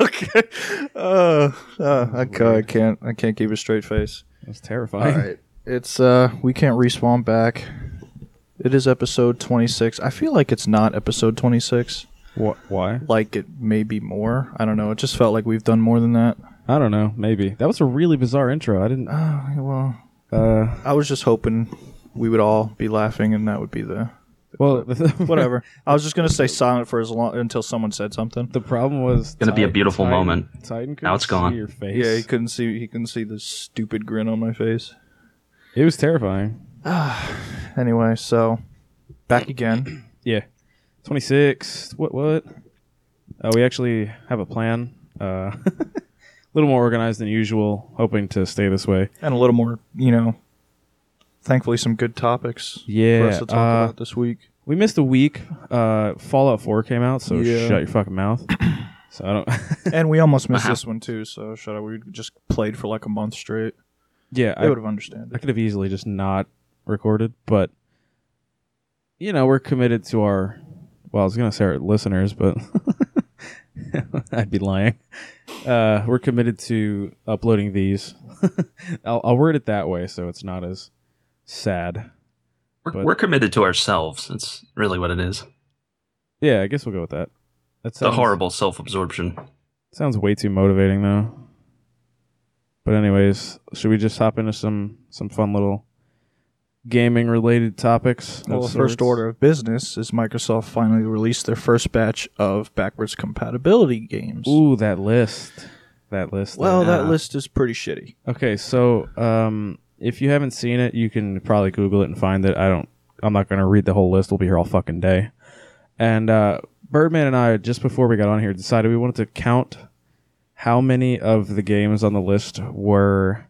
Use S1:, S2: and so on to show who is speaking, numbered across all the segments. S1: okay. Uh, uh, I, ca- I can't. I can't keep a straight face.
S2: That's
S1: All
S2: terrifying.
S1: right. It's uh, we can't respawn back. It is episode twenty six. I feel like it's not episode twenty six.
S2: What? Why?
S1: Like it may be more. I don't know. It just felt like we've done more than that.
S2: I don't know. Maybe that was a really bizarre intro. I didn't.
S1: Oh well.
S2: Uh,
S1: I was just hoping we would all be laughing, and that would be the
S2: well, the,
S1: whatever. I was just gonna stay silent for as long until someone said something.
S2: the problem was
S3: Gonna be a
S2: Titan-
S3: beautiful
S2: Titan-
S3: moment.
S2: Titan couldn't
S3: Now it's gone.
S2: See your face.
S1: Yeah, he couldn't see. He couldn't see the stupid grin on my face.
S2: it was terrifying.
S1: Anyway, so back again.
S2: Yeah, twenty six. What? What? Uh, we actually have a plan. Uh, a little more organized than usual. Hoping to stay this way.
S1: and a little more, you know, thankfully some good topics for us
S2: Yeah.
S1: to talk
S2: Uh,
S1: about this week.
S2: we missed a week. Uh, Fallout Four came out, so
S1: Yeah.
S2: shut your fucking mouth. so I don't.
S1: And we almost missed this one too, so shut up. We just played for like a month straight.
S2: yeah,
S1: I
S2: I,
S1: would have
S2: I
S1: understood.
S2: could have easily just not recorded, but you know, we're committed to our well, I was gonna say our listeners, but I'd be lying. Uh, we're committed to uploading these. I'll, I'll word it that way so it's not as sad.
S3: We're,
S2: But-
S3: we're committed to ourselves. That's really what it is.
S2: Yeah, I guess we'll go with that. That
S3: The
S2: sounds,
S3: horrible self absorption.
S2: Sounds way too motivating though. But anyways, should we just hop into some some fun little gaming related topics? of
S1: Well, the
S2: sorts?
S1: first order of business is Microsoft finally released their first batch of backwards compatibility games.
S2: Ooh, that list. That list.
S1: well,
S2: there.
S1: that list is pretty shitty.
S2: Okay, so um, if you haven't seen it, you can probably Google it and find it. I don't. I'm not going to read the whole list. We'll be here all fucking day. And uh, Birdman and I, just before we got on here, decided we wanted to count how many of the games on the list were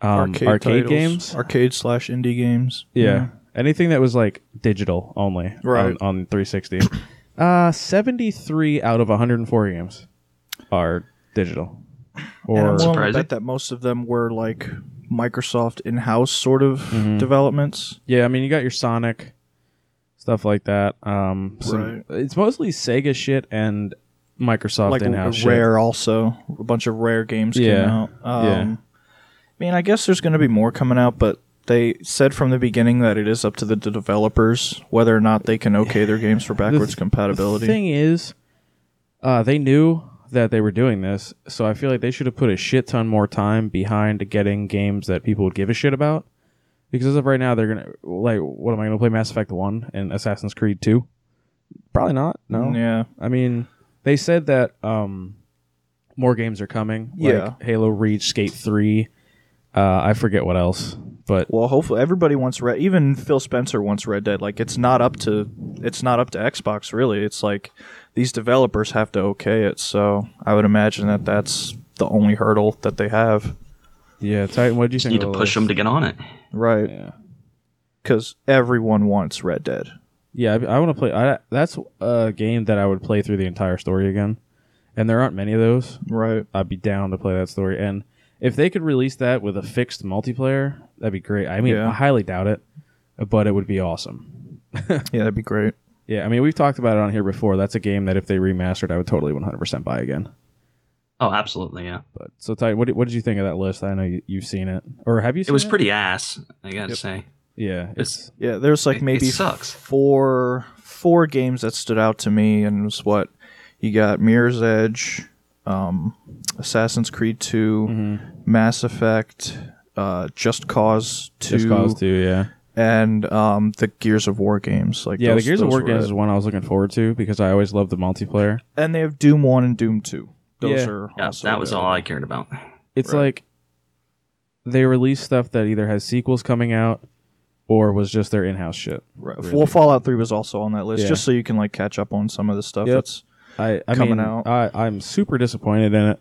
S2: um, arcade,
S1: titles,
S2: games.
S1: arcade slash indie games.
S2: yeah. anything that was like digital only,
S1: Right.
S2: On, on 360. uh, 73 out of 104 games are digital.
S1: And
S2: Or
S1: I'm willing to
S3: Surprising.
S1: bet that most of them were like Microsoft in-house sort of
S2: Mm-hmm.
S1: developments.
S2: Yeah, I mean, you got your Sonic stuff like that. Um, some- It's mostly Sega shit and Microsoft
S1: like
S2: in-house shit.
S1: rare also a bunch of rare games came
S2: Yeah.
S1: out um,
S2: Yeah.
S1: i mean i guess there's going to be more coming out but they said from the beginning that it is up to the d- developers whether or not they can okay their games for
S2: th-
S1: backwards
S2: The
S1: compatibility
S2: thing is, uh, they knew that they were doing this, so I feel like they should have put a shit ton more time behind getting games that people would give a shit about. Because as of right now, they're gonna like, what am I gonna play? Mass Effect One and Assassin's Creed Two? Probably not. No.
S1: Mm, yeah
S2: I mean, they said that um, more games are coming.
S1: Yeah.
S2: Like Halo Reach, Skate 3. Uh, I forget what else. But
S1: well hopefully everybody wants red even phil spencer wants red dead like it's not up to it's not up to xbox really it's like these developers have to okay it so i would imagine that that's the only hurdle that they have
S2: yeah, Titan, what do you think?
S3: Need
S2: of
S3: to
S2: the
S3: push them
S2: list?
S3: to get on it.
S1: right
S2: Yeah.
S1: because everyone wants red dead
S2: Yeah, I, I want to play. I, that's a game that I would play through the entire story again. And there aren't many of those.
S1: right
S2: I'd be down to play that story. And if they could release that with a fixed multiplayer, that'd be great. I mean,
S1: Yeah.
S2: I highly doubt it, but it would be awesome.
S1: yeah that'd be great
S2: Yeah, I mean, we've talked about it on here before. That's a game that if they remastered, I would totally 100% buy again.
S3: Oh, absolutely, yeah.
S2: But so, Ty, what did, what did you think of that list? I know you, you've seen it, or have you? seen
S3: It was pretty ass, I gotta say.
S2: Yeah, it's,
S1: Yeah, there's like
S3: It- it
S1: maybe
S3: sucks.
S1: four four games that stood out to me, and it was what you got: Mirror's Edge, um, Assassin's Creed 2
S2: Mm-hmm.
S1: Mass Effect, uh, Just Cause Two,
S2: Just Cause Two. Yeah,
S1: and um, the Gears of War games. Like
S2: yeah.
S1: those-
S2: the Gears of
S1: those
S2: War
S1: were
S2: games
S1: it.
S2: is one I was looking forward to because I always loved the multiplayer.
S1: and they have Doom One and Doom Two. Those
S2: Yeah.
S1: are
S3: Yeah,
S1: also
S3: that was
S1: available.
S3: all I cared about.
S2: It's like they release stuff that either has sequels coming out or was just their in-house shit.
S1: Right. Well, Fallout Three was also on that list,
S2: Yeah.
S1: just so you can like catch up on some of the stuff
S2: Yep.
S1: that's
S2: I, I
S1: Coming
S2: mean,
S1: out.
S2: I, I'm super disappointed in it.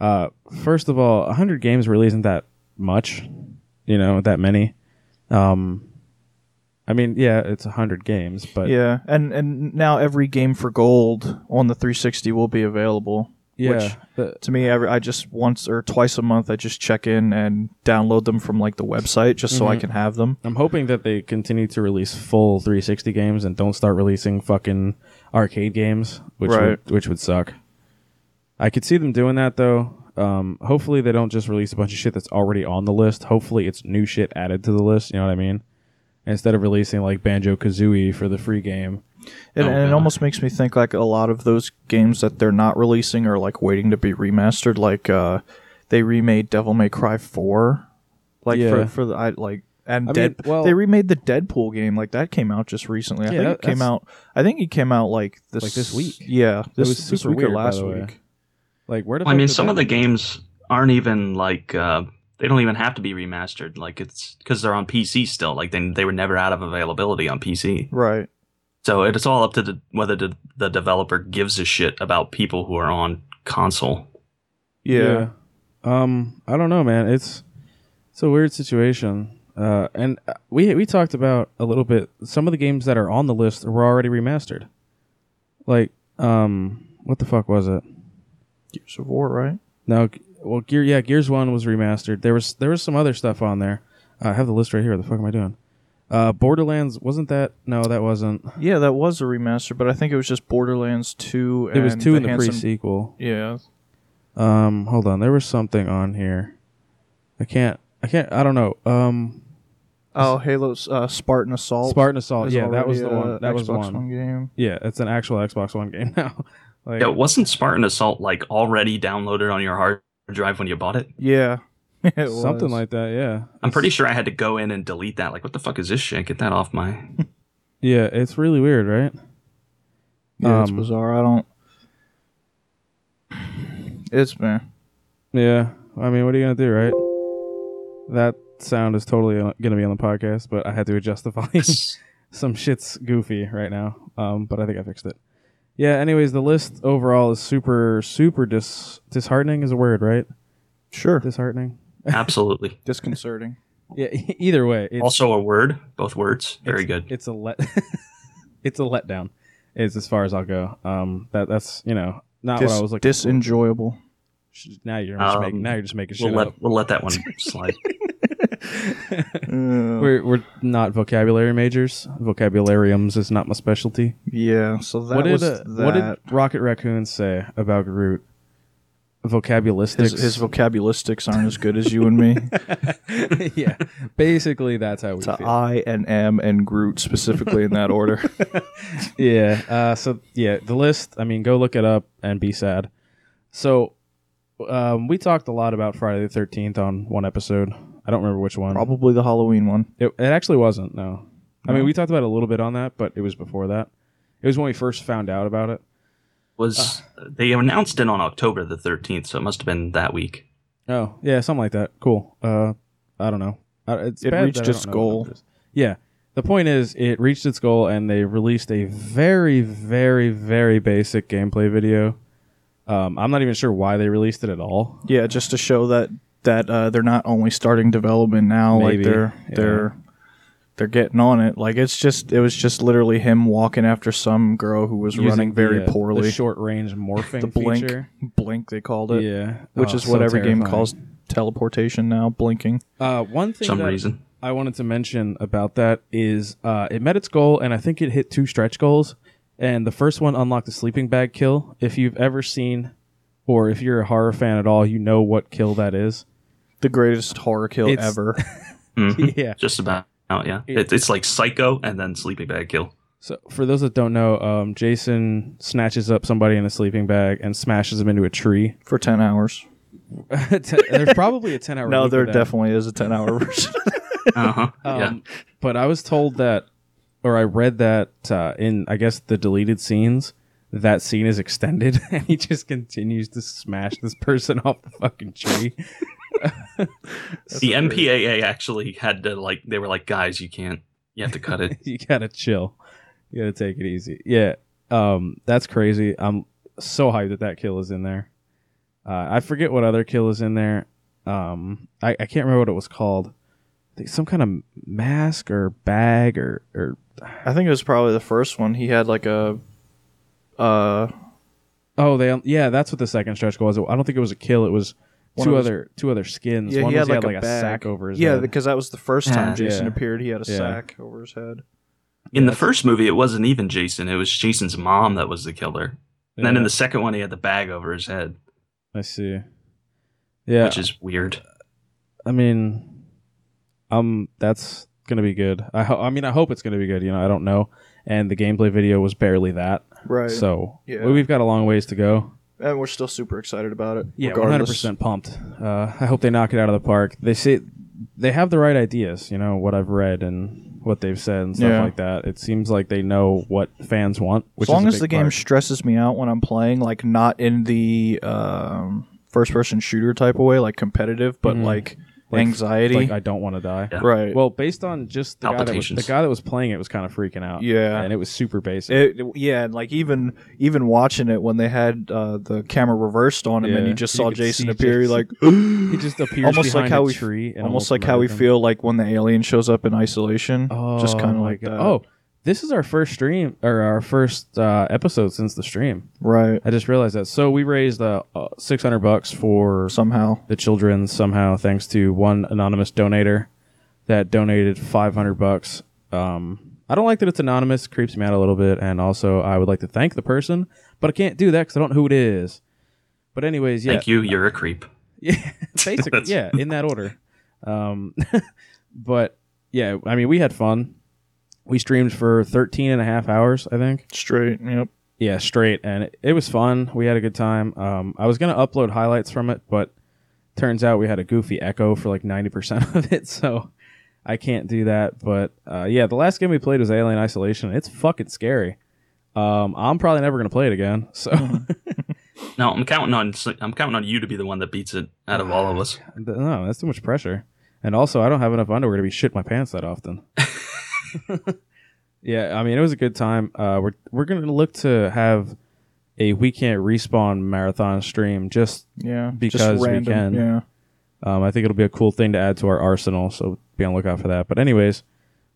S2: Uh, first of all, 100 games really isn't that much, you know, that many. Um, I mean, yeah, it's 100 games, but
S1: Yeah, and and now every game for gold on the 360 will be available. Which
S2: yeah, the-
S1: to me, every, I just once or twice a month, I just check in and download them from like the website just so I
S2: Mm-hmm.
S1: can have them.
S2: I'm hoping that they continue to release full 360 games and don't start releasing fucking arcade games, which
S1: Right.
S2: would, which would suck. I could see them doing that though. Um, hopefully they don't just release a bunch of shit that's already on the list. Hopefully it's new shit added to the list. You know what I mean? Instead of releasing like Banjo Kazooie for the free game.
S1: And,
S3: Oh,
S1: and it
S3: God.
S1: almost makes me think like a lot of those games that they're not releasing are like waiting to be remastered. Like uh, they remade Devil May Cry four, like
S2: Yeah.
S1: for for the I, like and
S2: I
S1: Dead.
S2: mean, well-
S1: they remade the Deadpool game. Like that came out just recently. I
S2: Yeah,
S1: think it
S2: that-
S1: came
S2: that's-
S1: out. I think it came out like this
S2: Like this week.
S1: Yeah, this
S2: was
S1: this
S2: super
S1: week
S2: weird,
S1: or
S2: by
S1: last
S2: the way.
S1: week.
S2: Like where? the
S3: Well, I
S2: fuck
S3: mean,
S2: did
S3: some
S2: that-
S3: of the games aren't even like uh, they don't even have to be remastered. Like it's because they're on PC still. Like they they were never out of availability on PC.
S1: Right.
S3: So it's all up to the, whether the, the developer gives a shit about people who are on console.
S1: Yeah.
S2: Um, I don't know, man. It's it's a weird situation. Uh, and uh, we we talked about a little bit. Some of the games that are on the list were already remastered. Like, um, what the fuck was it?
S1: Gears of War. Right.
S2: No, g- well, Gear yeah, Gears One was remastered. There was there was some other stuff on there. Uh, I have the list right here. What the fuck am I doing? Uh, Borderlands wasn't that? No, that wasn't.
S1: Yeah, that was a remaster, but I think it was just Borderlands two.
S2: It was
S1: and
S2: two in the
S1: Handsome-
S2: pre sequel.
S1: Yeah.
S2: Um, hold on. There was something on here. I can't. I can't. I don't know. Um,
S1: Oh, Halo uh, Spartan Assault.
S2: Spartan Assault.
S1: is
S2: Oh, Yeah, that was the
S1: already a
S2: one. That was
S1: Xbox
S2: one.
S1: One game.
S2: Yeah, it's an actual Xbox One game now. like,
S3: Yeah, wasn't Spartan Assault like already downloaded on your hard drive when you bought it?
S1: Yeah. It
S2: something
S1: was.
S2: like that. Yeah,
S3: I'm
S2: It's-
S3: pretty sure I had to go in and delete that. Like, what the fuck is this shit? Get that off my.
S2: Yeah, it's really weird, right?
S1: Yeah, it's
S2: Um,
S1: bizarre. I don't. It's man.
S2: Yeah, I mean, what are you gonna do, right? That sound is totally on- gonna be on the podcast, but I had to adjust the volume. Some shit's goofy right now, um, but I think I fixed it. Yeah. Anyways, the list overall is super, super dis disheartening is a word, right?
S1: Sure.
S2: Disheartening.
S3: Absolutely.
S1: Disconcerting.
S2: Yeah. e-, Either way, it's,
S3: also a word, both words. Very
S2: it's-
S3: good.
S2: It's a let. it's a letdown. Is as far as I'll go. Um, that that's you know not
S1: Dis-
S2: what I was looking. for.
S1: disenjoyable.
S2: Sh- Now you're just
S3: Um,
S2: making. Now you're just making shit
S3: We'll let,
S2: up.
S3: we'll let that one slide.
S1: Uh,
S2: We're we're not vocabulary majors. Vocabulariums is not my specialty.
S1: yeah. So that
S2: what did
S1: was
S2: uh,
S1: that.
S2: what did Rocket Raccoon say about Groot? Vocabulistics.
S1: his, his vocabulistics aren't as good as you and me.
S2: yeah. Basically, that's how we
S1: to
S2: feel.
S1: I and M and Groot specifically in that order.
S2: yeah. Uh, so yeah, the list. I mean, go look it up and be sad. So, um, we talked a lot about Friday the Thirteenth on one episode. I don't remember which one.
S1: Probably the Halloween one.
S2: It, it actually wasn't. No, I mean
S1: No?
S2: we talked about it a little bit on that, but it was before that. It was when we first found out about it.
S3: Was
S2: Ah.
S3: they announced it on October the 13th? So it must have been that week.
S2: Oh yeah, something like that. Cool. Uh, I don't know. Uh, It's
S1: It
S2: bad
S1: reached
S2: that I don't
S1: its
S2: know what
S1: goal.
S2: number it is. Yeah. The point is, it reached its goal, and they released a very, very, very basic gameplay video. Um, I'm not even sure why they released it at all.
S1: Yeah, just to show that that uh, they're not only starting development now,
S2: Maybe,
S1: like they're
S2: yeah.
S1: they're they're getting on it. Like it's just it was just literally him walking after some girl who was
S2: Using
S1: running very
S2: the, uh,
S1: poorly.
S2: The short range morphing
S1: The blink
S2: feature.
S1: blink they called it,
S2: Yeah,
S1: which
S2: Oh,
S1: is what
S2: so
S1: every game
S2: terrifying.
S1: calls teleportation now, blinking.
S2: Uh, one thing
S3: some
S2: that
S3: reason.
S2: I wanted to mention about that is uh, it met its goal, and I think it hit two stretch goals. And the first one unlocked the sleeping bag kill. If you've ever seen, or if you're a horror fan at all, you know what kill that is.
S1: The greatest horror kill
S2: It's-
S1: ever.
S3: Mhm.
S2: yeah.
S3: Just about. yeah.
S2: Yeah.
S3: It, it's like Psycho and then Sleeping Bag Kill.
S2: So for those that don't know, um, Jason snatches up somebody in a sleeping bag and smashes them into a tree.
S1: for 10 hours.
S2: There's probably a ten hour.
S1: No,
S2: loop
S1: there
S2: of that.
S1: definitely is a 10 hour version.
S3: Uh huh. yeah.
S2: Um, But I was told that, or I read that uh, in, I guess, the deleted scenes, that scene is extended and he just continues to smash this person off the fucking tree.
S3: The MPAA actually had to like they were like guys, you can't. You have to cut it.
S2: you gotta chill. You gotta take it easy. Yeah. Um, that's crazy. I'm so hyped that that kill is in there. Uh, I forget what other kill is in there. Um, I, I can't remember what it was called. I think some kind of mask or bag or, or
S1: I think it was probably the first one. He had like a. Uh,
S2: Oh, they yeah, that's what the second stretch goal was. I don't think it was a kill. It was
S1: One
S2: two
S1: of his-
S2: other two other skins.
S1: yeah,
S2: One
S1: he had
S2: was
S1: like,
S2: he had like a,
S1: bag.
S2: sack over his
S1: yeah,
S2: head.
S1: because that was the first time
S3: Yeah.
S1: Jason
S2: Yeah.
S1: appeared. He had a
S2: Yeah.
S1: sack over his head.
S3: In the first movie, it wasn't even Jason. It was Jason's mom that was the killer. And then in the second one, he had the bag over his head.
S2: I see. Yeah,
S3: which is weird.
S2: I mean, um, that's gonna be good. I ho- I mean, I hope it's gonna be good. You know, I don't know. And the gameplay video was barely that,
S1: Right.
S2: so
S1: Yeah.
S2: we- we've got a long ways to go.
S1: and we're still super excited about it.
S2: Yeah, one hundred
S1: regardless.
S2: percent pumped. Uh, I hope they knock it out of the park. They say they have the right ideas. You know what I've read and what they've said and stuff
S1: Yeah.
S2: like that. It seems like they know what fans want. Which
S1: As long as
S2: is a big
S1: the game
S2: part.
S1: stresses me out when I'm playing, like not in the um, first person shooter type of way, like competitive, but
S2: Mhm.
S1: like,
S2: Like-
S1: anxiety.
S2: like I don't want to die.
S3: Yeah.
S1: right.
S2: Well, based on just the guy, that was, the
S3: Palpitations.
S2: guy that was playing it was kind of freaking out.
S1: Yeah.
S2: and it was super basic.
S1: It, yeah, and like even even watching it when they had uh, the camera reversed on him and
S2: Yeah.
S1: you just
S2: You
S1: saw
S2: could
S1: Jason
S2: see
S1: appear,
S2: Jason-
S1: you're like
S2: he just appears
S1: almost like
S2: behind
S1: how
S2: a
S1: we-
S2: tree, and
S1: almost
S2: almost
S1: like how we
S2: murdered him.
S1: feel like when the alien shows up in isolation.
S2: Oh,
S1: just kind of
S2: my
S1: like
S2: God.
S1: that.
S2: Oh, this is our first stream or our first uh, episode since the stream.
S1: right.
S2: I just realized that. So we raised uh, six hundred bucks for
S1: Somehow.
S2: the children somehow, thanks to one anonymous donator that donated five hundred bucks. Um, I don't like that it's anonymous; it creeps me out a little bit. And also, I would like to thank the person, but I can't do that because I don't know who it is. But anyways, yeah,
S3: Thank you. You're a creep.
S2: yeah, basically,
S3: That's-
S2: yeah, in that order. Um, but yeah, I mean, we had fun. We streamed for 13 and a half hours, I think.
S1: Straight. Yep.
S2: Yeah, straight, and it, it was fun. We had a good time. Um, I was gonna upload highlights from it, but turns out we had a goofy echo for like 90% of it, so I can't do that. But uh, yeah, the last game we played was Alien Isolation. It's fucking scary. Um, I'm probably never gonna play it again. So
S3: No, I'm counting on s- I'm counting on you to be the one that beats it out of
S2: Ah,
S3: all of us.
S2: No, that's too much pressure. And also, I don't have enough underwear to be shit my pants that often. yeah, I mean, it was a good time. Uh, we're we're gonna look to have a we can't respawn marathon stream. Just
S1: Yeah.
S2: Because
S1: just
S2: we
S1: random.
S2: can.
S1: Yeah.
S2: um, I think it'll be a cool thing to add to our arsenal. So be on the lookout for that. But anyways,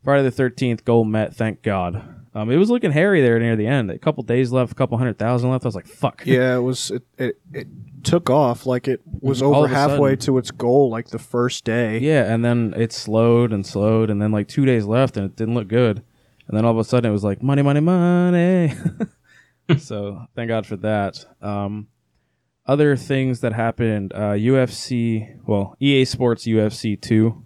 S2: Friday the Thirteenth, gold met. Thank God. Um, it was looking hairy there near the end. A couple days left, a couple hundred thousand left. I was like, fuck.
S1: Yeah, it was it, it it took off like it was
S2: All
S1: over
S2: of a
S1: halfway
S2: sudden.
S1: to its goal like the first day.
S2: Yeah, and then it slowed and slowed, and then like two days left, and it didn't look good. And then all of a sudden, it was like money, money, money. so thank God for that. Um, other things that happened: uh, UFC, well, EA Sports UFC Two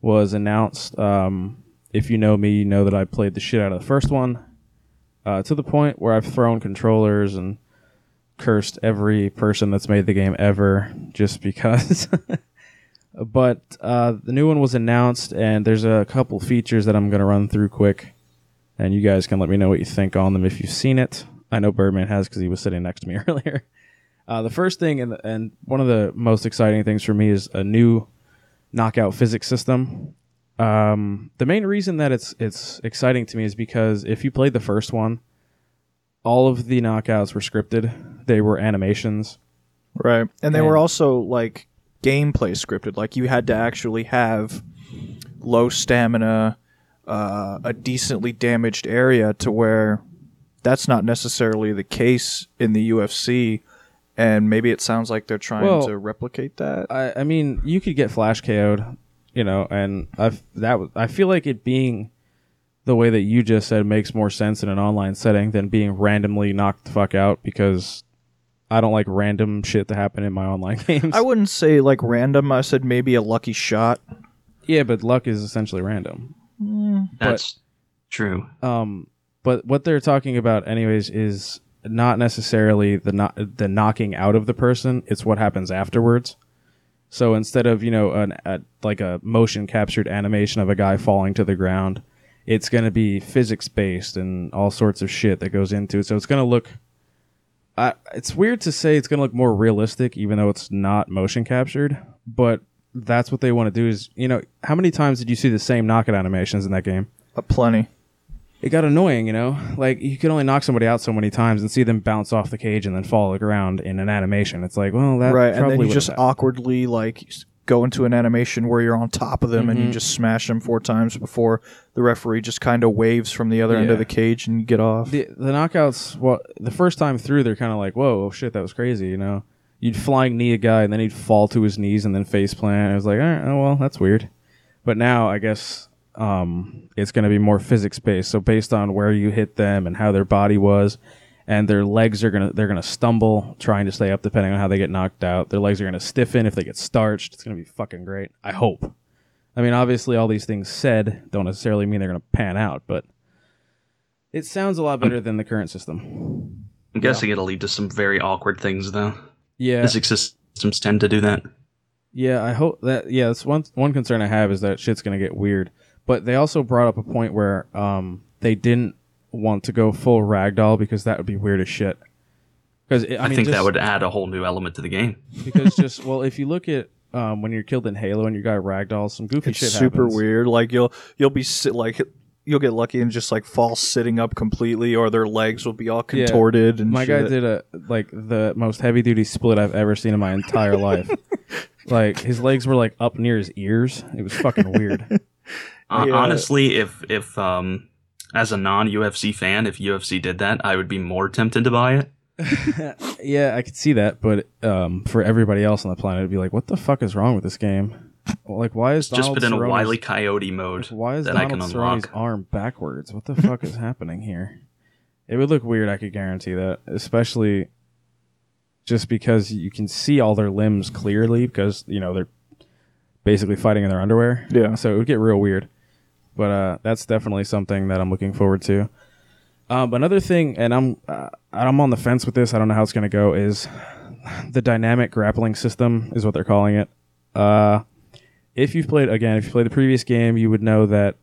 S2: was announced. Um, if you know me, you know that I played the shit out of the first one uh, to the point where I've thrown controllers and cursed every person that's made the game ever just because. but uh, the new one was announced, and there's a couple features that I'm going to run through quick, and you guys can let me know what you think on them if you've seen it. I know Birdman has because he was sitting next to me earlier. Uh, the first thing, and, and one of the most exciting things for me, is a new knockout physics system. Um, the main reason that it's it's exciting to me is because if you played the first one, all of the knockouts were scripted. They were animations.
S1: Right. And they were
S2: And-
S1: also like gameplay scripted. Like you had to actually have low stamina, uh, a decently damaged area to where that's not necessarily the case in the UFC. And maybe it sounds like they're trying
S2: Well-
S1: to replicate that.
S2: I, I mean, you could get flash KO'd, you know, and I've that was, I feel like it being the way that you just said makes more sense in an online setting than being randomly knocked the fuck out because I don't like random shit to happen in my online games.
S1: I wouldn't say like random. I said maybe a lucky shot.
S2: yeah, but luck is essentially random.
S3: That's true.
S2: Um, but what they're talking about, anyways, is not necessarily the no- the knocking out of the person. It's what happens afterwards. So instead of you know an a, like a motion captured animation of a guy falling to the ground, it's going to be physics based and all sorts of shit that goes into it. So it's going to look. I it's weird to say it's going to look more realistic, even though it's not motion captured. But that's what they want to do. Is you know how many times did you see the same knockout animations in that game?
S1: A
S2: Uh,
S1: plenty.
S2: it got annoying, you know? Like you could only knock somebody out so many times and see them bounce off the cage and then fall to the ground in an animation. It's like, well, that
S1: right. And
S2: probably
S1: then you
S2: would've
S1: just
S2: happened.
S1: awkwardly like s- go into an animation where you're on top of them and
S2: Mm-hmm.
S1: you just smash them four times before the referee just kind of waves from the other end
S2: Yeah.
S1: of the cage and you get off.
S2: the the knockouts. Well, the first time through, they're kind of like, whoa, oh, shit, that was crazy, you know? You'd flying knee a guy and then he'd fall to his knees and then face plant. I was like, all right, oh well, that's weird. But now I guess um, it's going to be more physics based. So based on where you hit them and how their body was, and their legs are gonna they're gonna stumble trying to stay up depending on how they get knocked out. Their legs are gonna stiffen if they get starched. It's gonna be fucking great. I hope. I mean, obviously, all these things said don't necessarily mean they're gonna pan out, but it sounds a lot better than the current system.
S3: I'm guessing it'll lead to some very awkward things, though.
S2: Yeah,
S3: Physics systems tend to do that.
S2: Yeah, I hope that. Yeah, that's one one concern I have is that shit's gonna get weird. But they also brought up a point where um, they didn't want to go full ragdoll because that would be weird as shit. Because I,
S3: I,
S2: mean,
S3: think
S2: just-
S3: that would add a whole new element to the game.
S2: because just well, if you look at um, when you're killed in Halo and you got ragdoll, some goofy
S1: It's
S2: shit.
S1: super
S2: happens.
S1: weird. Like you'll you'll be sit, like you'll get lucky and just like fall sitting up completely, or their legs will be all
S2: Yeah.
S1: contorted and
S2: My
S1: shit.
S2: guy did a like the most heavy duty split I've ever seen in my entire life. Like his legs were like up near his ears. It was fucking weird.
S3: Uh,
S1: Yeah.
S3: Honestly, if if um, as a non UFC fan, if UFC did that, I would be more tempted to buy it.
S2: yeah, I could see that, but um, for everybody else on the planet, it'd be like, what the fuck is wrong with this game? Well, Like, why is
S3: It's just
S2: Donald
S3: been in a
S2: Cerrone's-
S3: wily coyote mode.
S2: like, why is
S3: that I can
S2: Donald Cerrone's
S3: unlock.
S2: arm backwards? What the fuck is happening here? It would look weird. I could guarantee that, especially just because you can see all their limbs clearly because you know they're basically fighting in their underwear.
S1: Yeah.
S2: So it would get real weird. But uh, that's definitely something that I'm looking forward to. Um, another thing, and I'm uh, I'm on the fence with this. I don't know how it's going to go. Is the dynamic grappling system is what they're calling it. Uh, if you've played again, if you played the previous game, you would know that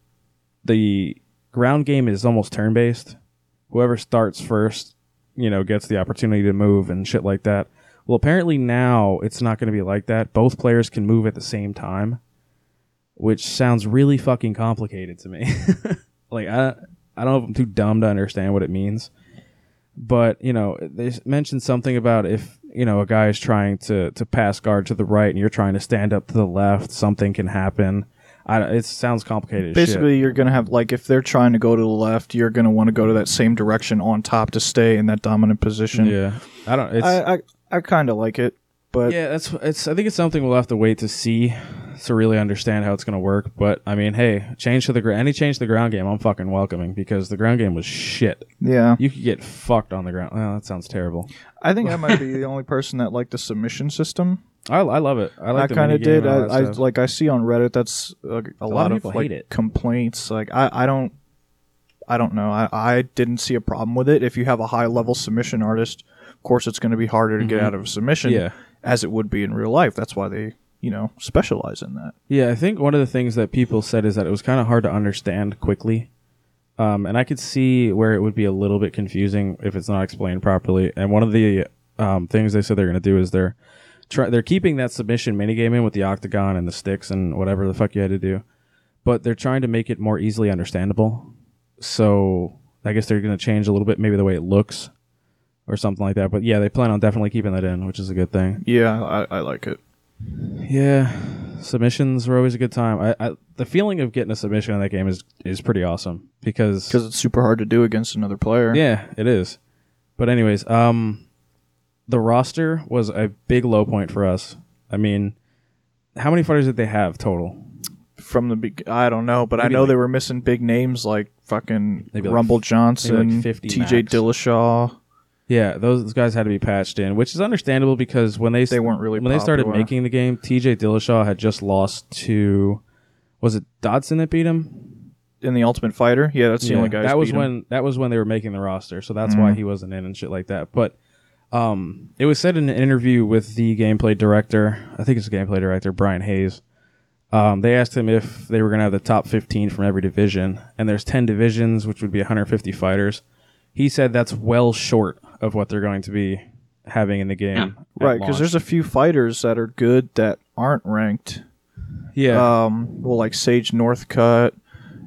S2: the ground game is almost turn based. Whoever starts first, you know, gets the opportunity to move and shit like that. Well, apparently now it's not going to be like that. Both players can move at the same time, which sounds really fucking complicated to me. like I, I don't know if I'm too dumb to understand what it means, but you know, they s- mentioned something about if you know a guy is trying to to pass guard to the right and you're trying to stand up to the left, something can happen. I, it sounds complicated. as shit.
S1: Basically, you're gonna have like if they're trying to go to the left, you're gonna want to go to that same direction on top to stay in that dominant position.
S2: Yeah, I don't. It's,
S1: I I, I kind of like it, but
S2: yeah, that's it's. I think it's something we'll have to wait to see to really understand how it's going to work. But I mean, hey, change to the gr- any change to the ground game, I'm fucking welcoming because the ground game was shit.
S1: yeah.
S2: You could get fucked on the ground. Well, that sounds terrible.
S1: I think I might be the only person that liked the submission system.
S2: I, I love it. I like.
S1: I kind of did. I, I
S2: I,
S1: like I see on Reddit that's a, a, lot, of,
S2: of people
S1: like
S2: hate it.
S1: complaints. Like I, I don't I don't know. I, I didn't see a problem with it. If you have a high level submission artist, of course it's going to be harder to get out of a submission
S2: Mm-hmm. Yeah.
S1: as it would be in real life. That's why they you know specialize in that.
S2: yeah, I think one of the things that people said is that it was kind of hard to understand quickly. Um, and I could see where it would be a little bit confusing if it's not explained properly. And one of the um, things they said they're going to do is they're try, they're keeping that submission minigame in with the octagon and the sticks and whatever the fuck you had to do, but they're trying to make it more easily understandable. So I guess they're going to change a little bit, maybe the way it looks or something like that. But yeah, they plan on definitely keeping that in, which is a good thing.
S1: Yeah, I, I like it.
S2: Yeah, submissions were always a good time. I, I the feeling of getting a submission in that game is is pretty awesome because
S1: Because it's super hard to do against another player.
S2: yeah, it is. But anyways, um, the roster was a big low point for us. I mean, how many fighters did they have total?
S1: From the beg I don't know, but I
S2: Maybe
S1: know
S2: like-
S1: they were missing big names like fucking
S2: Maybe like
S1: Rumble Johnson,
S2: 50
S1: T.J.
S2: max.
S1: Dillashaw.
S2: Yeah, those, those guys had to be patched in, which is understandable because when they
S1: They weren't really
S2: when they started
S1: popular.
S2: making the game, T.J. Dillashaw had just lost to was it Dodson that beat him?
S1: in the Ultimate Fighter. Yeah, that's the
S2: Yeah,
S1: only guy. who's
S2: that was
S1: beat him. Mm-hmm.
S2: when that was when they were making the roster, so that's why he wasn't in and shit like that. But um, it was said in an interview with the gameplay director, I think it's the gameplay director Brian Hayes. Um, they asked him if they were going to have the top 15 from every division, and there's 10 divisions, which would be 150 fighters. He said that's well short of what they're going to be having in the game.
S3: Yeah.
S2: at
S1: right because
S2: launch.
S1: there's a few fighters that are good that aren't ranked.
S2: yeah,
S1: Um, well, like Sage Northcutt,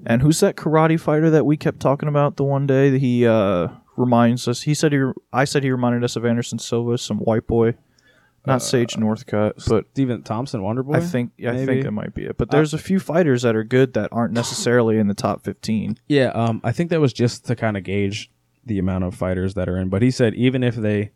S1: and who's that karate fighter that we kept talking about the one day that he uh reminds us? He said he, I said he reminded us of Anderson Silva, some white boy, not
S2: Uh,
S1: Sage Northcutt, but.
S2: Steven Thompson, Wonderboy.
S1: I think I
S2: maybe?
S1: think that might be it, but there's a few fighters that are good that aren't necessarily in the top fifteen.
S2: Yeah, um, I think that was just to kind of gauge the amount of fighters that are in. But he said even if they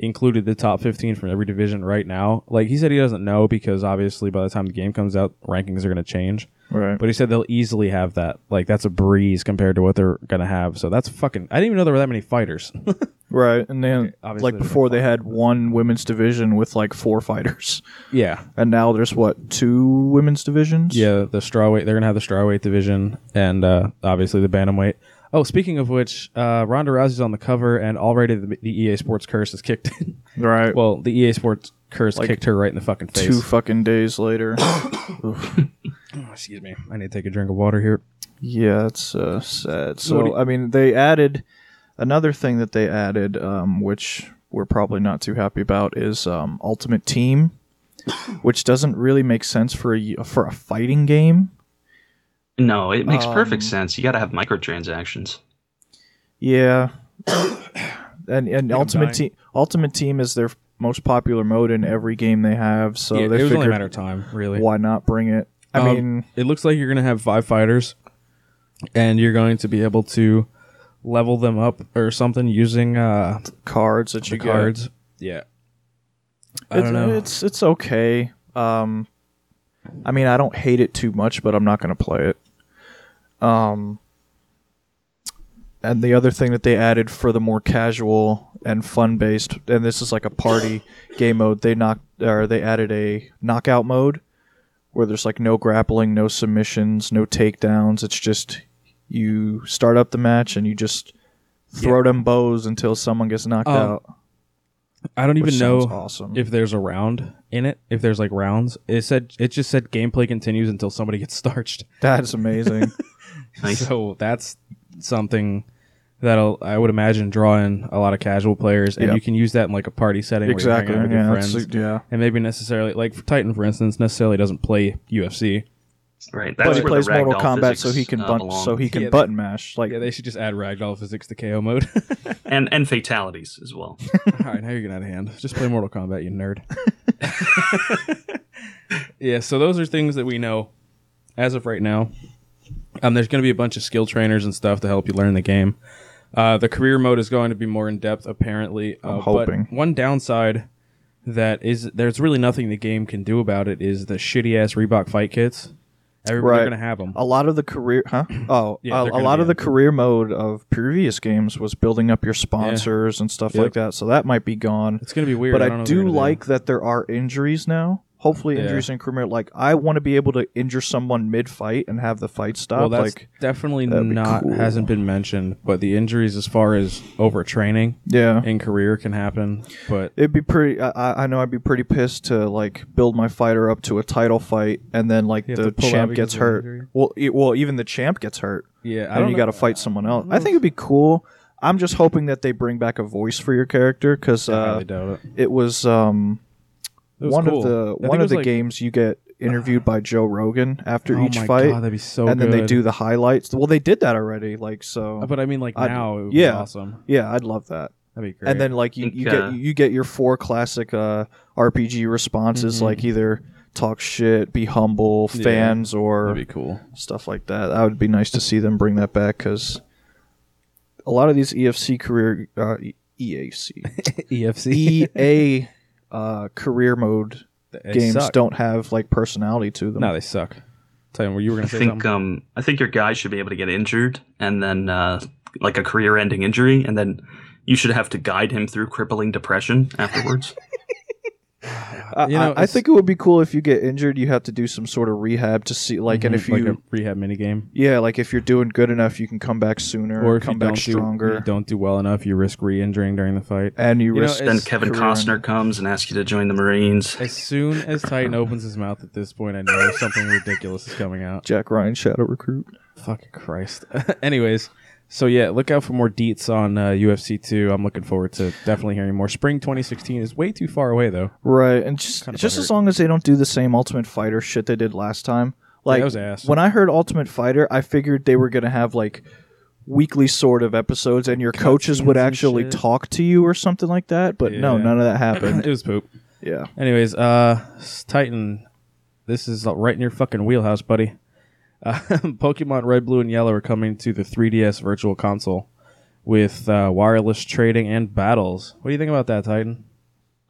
S2: included the top 15 from every division right now. Like he said, he doesn't know because obviously by the time the game comes out, rankings are going to change.
S1: Right.
S2: But he said they'll easily have that. Like that's a breeze compared to what they're going to have. So that's fucking. I didn't even know there were that many fighters.
S1: Right. And then,
S2: obviously
S1: like
S2: there's no
S1: before, they had one women's division with like four fighters,
S2: yeah,
S1: and now there's what two women's divisions?
S2: yeah. The strawweight. They're going to have the strawweight division and uh, obviously the bantamweight. Oh, speaking of which, uh, Ronda Rousey's on the cover, and already the, the EA Sports curse is kicked in.
S1: Right.
S2: well, the EA Sports curse kicked her right in the fucking face.
S1: two fucking days later.
S2: Excuse me. I need to take a drink of water here.
S1: Yeah, it's uh, sad.
S2: what
S1: So
S2: do you-
S1: I mean, they added another thing that they added, um, which we're probably not too happy about, is um, Ultimate Team, which doesn't really make sense for a for a fighting game.
S3: No, it makes
S1: Um,
S3: perfect sense. You got to have microtransactions.
S1: Yeah, and and Ultimate
S2: dying.
S1: Team Ultimate Team is their most popular mode in every game they have, so
S2: Yeah,
S1: they
S2: it was only a matter
S1: figured
S2: of time, really.
S1: why not bring it. I
S2: Um,
S1: mean,
S2: it looks like you're going to have five fighters, and you're going to be able to level them up or something using uh,
S1: cards that
S2: the
S1: you get.
S2: cards. Yeah. I
S1: it's,
S2: don't know.
S1: It's it's okay. Um, I mean, I don't hate it too much, but I'm not gonna play it. Um, and the other thing that they added for the more casual and fun based, and this is like a party game mode. They knocked or they added a knockout mode where there's like no grappling, no submissions, no takedowns. It's just you start up the match and you just throw them bows until someone gets knocked
S2: Um,
S1: out.
S2: I don't
S1: which
S2: even know
S1: sounds awesome.
S2: if there's a round in it. If there's like rounds, it said it just said gameplay continues until somebody gets starched.
S1: That's amazing.
S3: Nice.
S2: So that's something that'll I would imagine draw in a lot of casual players, and
S1: Yep.
S2: you can use that in like a party setting.
S1: exactly.
S2: Where you're hanging out with your
S1: Yeah,
S2: friends.
S1: it's- yeah.
S2: and maybe necessarily like for Titan, for instance, necessarily doesn't play UFC.
S3: Right.
S1: But
S3: That's
S1: he
S3: where
S1: plays
S3: the ragdoll
S1: Mortal Kombat, so
S3: physics,
S1: he can
S3: uh,
S1: bun-
S3: belong.
S1: so he can
S2: Yeah, they-
S1: button mash. Like
S2: Yeah, they should just add ragdoll physics to KO mode.
S3: and and fatalities as well.
S2: All right, now you're getting out of hand. Just play Mortal Kombat, you nerd. yeah, so those are things that we know as of right now. Um, there's going to be a bunch of skill trainers and stuff to help you learn the game. Uh, the career mode is going to be more in depth, apparently. Uh,
S1: I'm hoping.
S2: But one downside that is there's really nothing the game can do about it is the shitty ass Reebok fight kits. Everybody's
S1: Right.
S2: going to have them.
S1: a lot of the career, huh? Oh,
S2: Yeah,
S1: a,
S2: they're
S1: a
S2: gonna
S1: lot
S2: be
S1: of the
S2: in.
S1: career mode of previous games was building up your sponsors and stuff
S2: Yep.
S1: like that. So that might be gone.
S2: It's going to be weird.
S1: But
S2: don't
S1: I,
S2: know what they're
S1: do
S2: gonna
S1: like that there are injuries now. Hopefully,
S2: Yeah.
S1: injuries in career. Like I want to be able to injure someone mid fight and have the fight stop.
S2: Well, that's
S1: like
S2: definitely
S1: that'd be
S2: not
S1: cool.
S2: hasn't been mentioned, but the injuries as far as overtraining
S1: yeah.
S2: in career can happen. But
S1: It'd be pretty. I- I, I know I'd be pretty pissed to like build my fighter up to a title fight, and then like
S2: You have to
S1: the
S2: pull out
S1: champ
S2: because
S1: gets
S2: of an
S1: hurt.
S2: injury?
S1: Well, e- well, even the champ gets hurt.
S2: yeah, I
S1: and
S2: don't
S1: you got to
S2: know. Mm.
S1: fight someone else. I think it'd be cool. I'm just hoping that they bring back a voice for your character because
S2: I
S1: uh,
S2: highly doubt it.
S1: it was um
S2: It was
S1: one
S2: cool.
S1: of the
S2: I
S1: one
S2: think it
S1: of
S2: was
S1: the
S2: like-
S1: games you get interviewed by Joe Rogan after
S2: Oh
S1: each
S2: my
S1: fight,
S2: God, that'd be so
S1: and then they
S2: good.
S1: do the highlights. Well, they did that already. Like so,
S2: But I mean, like
S1: I'd-
S2: now, it would
S1: yeah.
S2: be awesome.
S1: yeah, I'd love that.
S2: That'd be great.
S1: And then like you,
S3: think,
S1: you
S3: uh,
S1: get you get your four classic uh, RPG responses
S2: Mhm.
S1: like either talk shit, be humble,
S2: Yeah.
S1: fans, or
S2: that'd be cool.
S1: stuff like that. That would be nice to see them bring that back because a lot of these EFC career uh, E- EAC
S2: EFC
S1: E EA uh, career mode
S2: They
S1: games
S2: suck.
S1: don't have like personality to them.
S2: No, they suck. Tell you, what, you were
S3: I
S2: gonna say
S3: think
S2: something.
S3: um I think your guy should be able to get injured and then uh, like a career-ending injury, and then you should have to guide him through crippling depression afterwards.
S1: I,
S2: you know,
S1: I, I
S2: it's-
S1: think it would be cool if you get injured, you have to do some sort of rehab to see like, and
S2: Mhm,
S1: if you.
S2: like a rehab minigame,
S1: yeah, like if you're doing good enough, you can come back sooner,
S2: or if you
S1: come
S2: don't
S1: back
S2: do,
S1: stronger,
S2: you don't do well enough, you risk re-injuring during the fight.
S1: and you,
S2: You know,
S1: risk.
S2: it's-
S3: then Kevin
S1: career
S3: Costner
S1: ending.
S3: comes and asks you to join the Marines.
S2: As soon as Titan opens his mouth at this point, I know something ridiculous is coming out.
S1: Jack Ryan Shadow Recruit.
S2: Fucking Christ. Anyways, so yeah, look out for more deets on uh, UFC 2. I'm looking forward to definitely hearing more. Spring 2016 is way too far away though.
S1: Right, and just
S2: Kind of
S1: just
S2: butthurt.
S1: as long as they don't do the same Ultimate Fighter shit they did last time. Like
S2: that was ass.
S1: when I heard Ultimate Fighter, I figured they were gonna have like weekly sort of episodes, and your coaches would
S2: and
S1: actually
S2: shit.
S1: talk to you or something like that. But no,
S2: Yeah.
S1: none of that
S2: it
S1: happened.
S2: was poop.
S1: yeah,
S2: Anyways, uh Titan, this is uh, right in your fucking wheelhouse, buddy. Uh, Pokemon Red, Blue, and Yellow are coming to the 3DS Virtual Console with uh, wireless trading and battles. What do you think about that, Titan?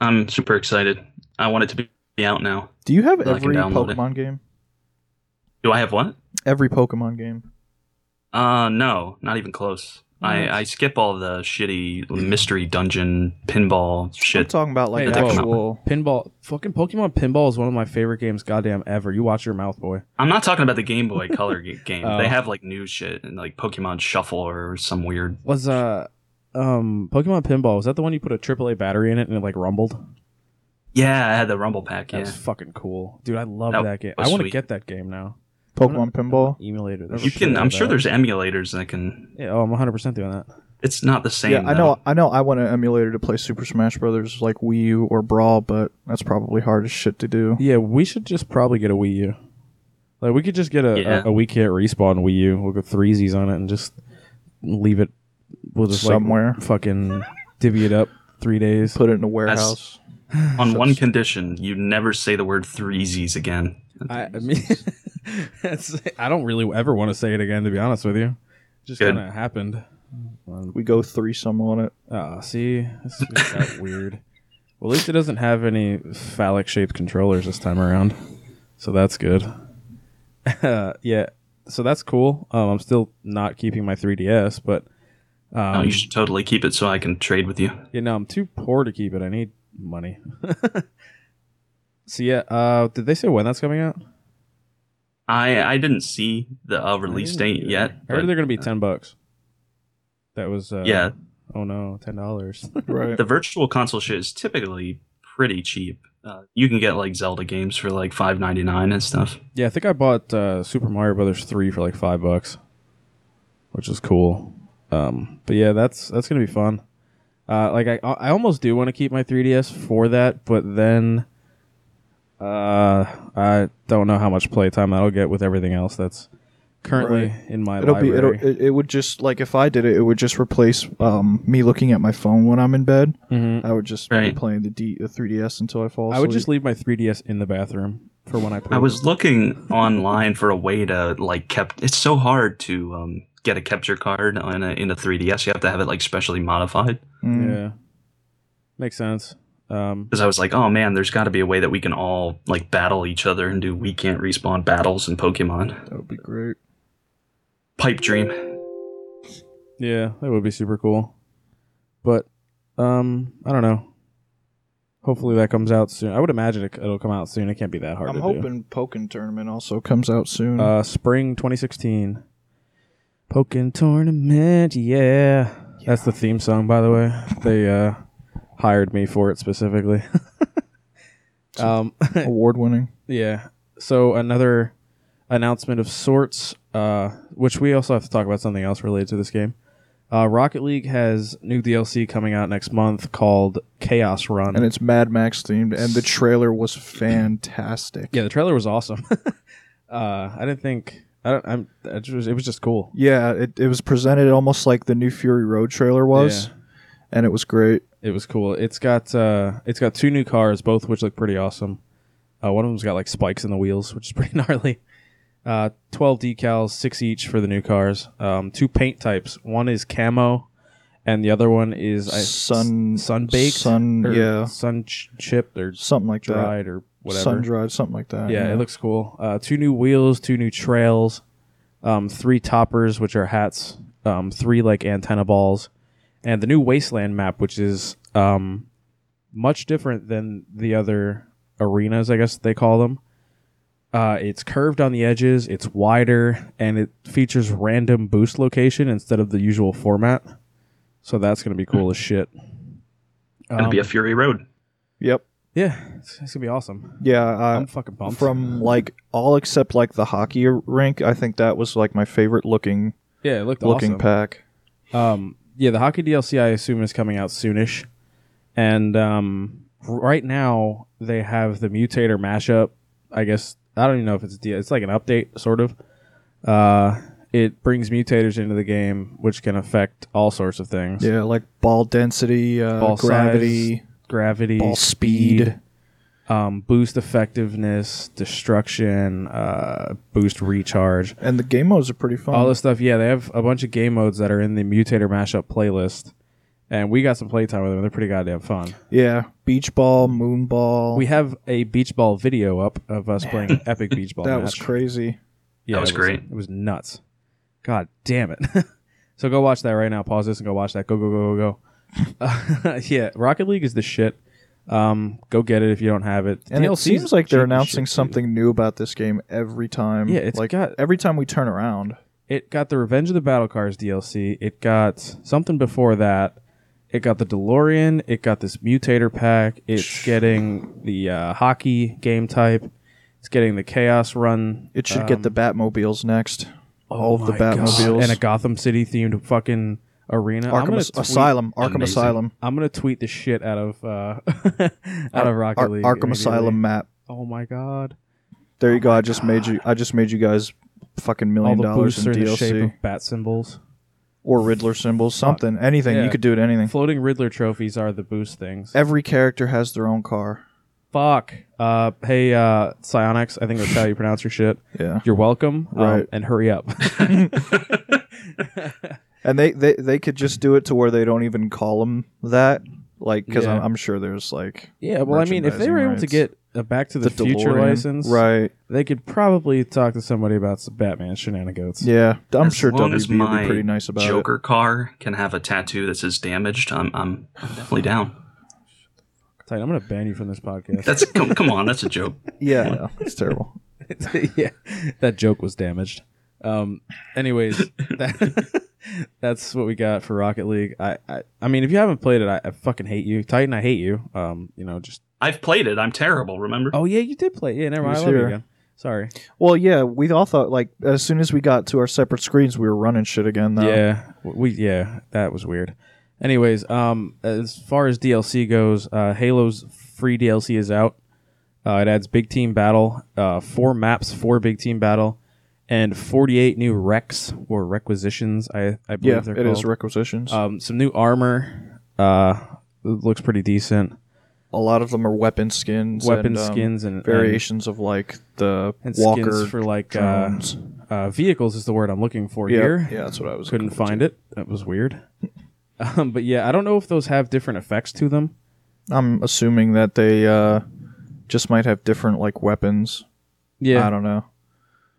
S3: I'm super excited. I want it to be out now.
S1: Do you have
S3: I can
S1: every
S3: download it.
S1: Pokemon game?
S3: Do I have what?
S1: Every Pokemon game.
S3: Uh, no, not even close.
S1: Nice.
S3: I, I skip all the shitty mystery dungeon pinball
S1: I'm
S3: shit.
S1: talking about like
S2: Hey,
S3: whoa.
S1: actual.
S2: Pinball, fucking Pokemon Pinball is one of my favorite games, goddamn ever. You watch your mouth, boy.
S3: I'm not talking about the Game Boy Color g- game.
S2: Oh.
S3: They have like new shit and like Pokemon Shuffle or some weird.
S2: Was uh, um, Pokemon Pinball was that the one you put a AAA battery in it and it like rumbled?
S3: Yeah, I had the Rumble Pack.
S2: That
S3: Yeah,
S2: was fucking cool, dude. I love that,
S3: That
S2: game.
S3: was
S2: I want to
S3: sweet.
S2: get that game now.
S1: Pokemon Pinball.
S2: Emulator. the
S3: you
S2: shit
S3: can.
S2: out
S3: I'm
S2: of
S3: sure
S2: that.
S3: there's emulators that can.
S2: Yeah, oh, I'm 100 percent doing that.
S3: It's not the same.
S1: Yeah, I
S3: though.
S1: know. I know. I want an emulator to play Super Smash Brothers like Wii U or Brawl, but that's probably hard as shit to do.
S2: Yeah, we should just probably get a Wii U. Like we could just get a
S3: Yeah.
S2: a, a we can't respawn Wii U. We'll go threesies on it and just leave it. We'll just
S1: Somewhere.
S2: like, fucking divvy it up three days.
S1: Put it in a warehouse.
S3: On one condition, you never say the word three Z's again.
S2: I, I mean, that's, I don't really ever want to say it again. To be honest with you, It just
S3: Good.
S2: kind of happened. Um,
S1: We go threesome on it.
S2: Ah, see, this just got weird. Well, at least it doesn't have any phallic shaped controllers this time around, so that's good. Uh, yeah, so that's cool. Um, I'm still not keeping my 3DS, but
S3: No,
S2: um,
S3: Oh, you should totally keep it so I can trade with you.
S2: you know, I'm too poor to keep it. I need money. so yeah, uh, did they say when that's coming out?
S3: I I didn't see the uh, release
S2: I didn't
S3: date
S2: either.
S3: yet.
S2: Oh, I heard
S3: but, uh,
S2: they're gonna be ten bucks. That was uh,
S3: yeah,
S2: Oh no, ten dollars.
S1: Right.
S3: the virtual console shit is typically pretty cheap. Uh, you can get like Zelda games for like five ninety nine and stuff.
S2: Yeah, I think I bought uh, Super Mario Brothers three for like five bucks, which is cool. Um, but yeah, that's that's gonna be fun. Uh, like I, I almost do want to keep my 3ds for that, but then uh, I don't know how much playtime that'll get with everything else that's currently
S1: Right.
S2: in my
S1: It'll be. It'll,
S2: library.
S1: it, it would just like if I did it, it would just replace um, me looking at my phone when I'm in bed.
S2: Mhm.
S1: I would just
S3: Right.
S1: be playing the, D, the 3DS until I fall asleep.
S2: I would just leave my 3ds in the bathroom for when I play.
S3: I was looking online for a way to like kept. It's so hard to um, get a capture card on a, in a three DS. You have to have it like specially modified.
S1: Mm.
S2: Yeah, makes sense. Um,
S3: Because I was like, oh man, there's got to be a way that we can all like battle each other and do we can't respawn battles in Pokemon.
S1: That would be great.
S3: Pipe dream.
S2: Yeah, that would be super cool. But um, I don't know. Hopefully that comes out soon. I would imagine it, it'll come out soon. It can't be that hard.
S1: I'm
S2: to
S1: hoping Pokken Tournament also comes out soon.
S2: Do. Uh, spring 2016. Pokken tournament, yeah. That's the theme song, by the way. They uh, hired me for it specifically. um,
S1: Award winning.
S2: yeah. So another announcement of sorts, uh, which we also have to talk about something else related to this game. Uh, Rocket League has new DLC coming out next month called Chaos Run.
S1: And it's Mad Max themed, and the trailer was fantastic.
S2: yeah, the trailer was awesome. uh, I didn't think I don't. I'm. I just, it was just cool.
S1: Yeah, it, it was presented almost like the new Fury Road trailer was,
S2: Yeah.
S1: and it was great.
S2: It was cool. It's got uh, it's got two new cars, both which look pretty awesome. Uh, one of them's got like spikes in the wheels, which is pretty gnarly. Uh, Twelve decals, six each for the new cars. Um, two paint types. One is camo, and the other one is I,
S1: Sun-
S2: sunbaked,
S1: sun-
S2: or
S1: yeah.
S2: sun ch- chipped or
S1: Something like
S2: dried or
S1: that.
S2: whatever.
S1: Sun drive, something like that.
S2: Yeah, it looks cool. Uh, two new wheels, two new trails, um, three toppers, which are hats, um, three like antenna balls, and the new wasteland map, which is um, much different than the other arenas, I guess they call them. Uh, it's curved on the edges, it's wider, and it features random boost location instead of the usual format. So that's going to be cool as shit.
S3: Gonna
S2: Um,
S3: be a Fury Road.
S1: Yep.
S2: yeah, it's, it's going to be awesome.
S1: Yeah.
S3: Uh,
S1: I,
S2: I'm fucking pumped.
S1: from like all except like the hockey rink, I think that was like my favorite looking
S2: yeah, it looked
S1: looking
S2: awesome.
S1: pack.
S2: Um, yeah, the hockey DLC I assume is coming out soonish, and um, right now they have the mutator mashup. I guess I don't even know if it's a D- it's like an update sort of. Uh, it brings mutators into the game, which can affect all sorts of things.
S1: Yeah, like ball density, uh,
S2: Ball
S1: gravity,
S2: size, gravity,
S1: ball speed.
S2: um, boost effectiveness, destruction, uh, boost recharge.
S1: And the game modes are pretty fun.
S2: all this stuff. Yeah, they have a bunch of game modes that are in the Mutator mashup playlist, and we got some playtime with them. They're pretty goddamn fun.
S1: Yeah, beach ball, moon ball.
S2: We have a beach ball video up of us playing an epic beach ball.
S1: that
S2: match.
S1: was crazy.
S2: Yeah,
S3: That was
S2: it
S3: great.
S2: It was nuts. God damn it. so go watch that right now. Pause this and go watch that. Go go go go go. Uh, yeah, Rocket League is the shit. Um, go get it if you don't have it.
S1: And it
S2: DLCs
S1: seems like they're
S2: cheap as
S1: announcing
S2: shit, too.
S1: something new about this game every time.
S2: Yeah, it's
S1: like
S2: got-
S1: every time we turn around.
S2: It got the Revenge of the Battle Cars DLC. It got something before that. It got the DeLorean. It got this mutator pack. It's getting the uh, hockey game type. It's getting the Chaos Run.
S1: It should get the Batmobiles next. All of the
S2: Um, oh my God.
S1: Batmobiles
S2: and a Gotham City themed fucking arena. I'm
S1: Arkham
S2: gonna
S1: As-
S2: tweet-
S1: Asylum. Arkham
S3: Amazing.
S1: Asylum.
S2: I'm gonna tweet the shit out of uh, out of Rocket
S1: Ar-
S2: League.
S1: Arkham
S2: immediately.
S1: Asylum map.
S2: Oh my god!
S1: There you go. I just made you. I just made you guys fucking
S2: Oh All
S1: million
S2: the
S1: dollars
S2: boosts
S1: in
S2: are in the shape
S1: DLC
S2: of bat symbols.
S1: or Riddler symbols. Something. Anything.
S2: Yeah.
S1: You could do it. Anything.
S2: Floating Riddler trophies are the boost things.
S1: Every character has their own car.
S2: Fuck. Uh, hey, uh, Psionics. I think that's how you pronounce your shit.
S1: Yeah.
S2: You're welcome. um,
S1: Right.
S2: and hurry up.
S1: And they, they, they could just do it to where they don't even call them that. Like, because
S2: Yeah.
S1: I'm, I'm sure there's like
S2: yeah. Well, I mean, if they were able to
S1: Merchandising
S2: get a Back to the, Future
S1: DeLorean.
S2: license,
S1: Right.
S2: They could probably talk to somebody about some Batman shenanigans.
S1: Yeah. I'm
S3: As
S1: sure
S3: long as
S1: WB would
S3: my
S1: be pretty nice about
S3: Joker car can have a tattoo that says damaged. I'm, I'm definitely down.
S2: Titan, I'm gonna ban you from this podcast.
S3: That's come, come on, that's a joke.
S1: it. Yeah. I know. It's terrible.
S2: yeah, that joke was damaged. Um, anyways, that, that's what we got for Rocket League. I, I, I mean, if you haven't played it, I, I fucking hate you, Titan. I hate you. Um, you know, just
S3: I've played it. I'm terrible. Remember?
S2: oh yeah, you did play. it. Yeah, never
S1: He
S2: mind. I
S1: was
S2: love you
S1: here.
S2: again. Sorry.
S1: Well, yeah. We all thought like as soon as we got to our separate screens, we were running shit again. Though.
S2: Yeah, w- we yeah, that was weird. Anyways, um, as far as DLC goes, uh, Halo's free DLC is out. Uh, it adds big team battle, uh, four maps, four big team battle, and forty-eight new recs or requisitions. I I believe
S1: Yeah.
S2: they're
S1: It
S2: called.
S1: is requisitions.
S2: Um, some new armor. Uh, it looks pretty decent.
S1: a lot of them are weapon skins.
S2: Weapon
S1: and, um,
S2: skins and
S1: variations of like the
S2: and, and
S1: walker
S2: skins for like uh,
S1: drones.
S2: uh, vehicles is the word I'm looking for
S1: yeah,
S2: here.
S1: yeah, that's what I was.
S2: Couldn't
S1: looking for,
S2: find it. That was weird. um, but yeah, I don't know if those have different effects to them.
S1: too. I'm assuming that they uh, just might have different like weapons.
S2: Yeah,
S1: I don't know,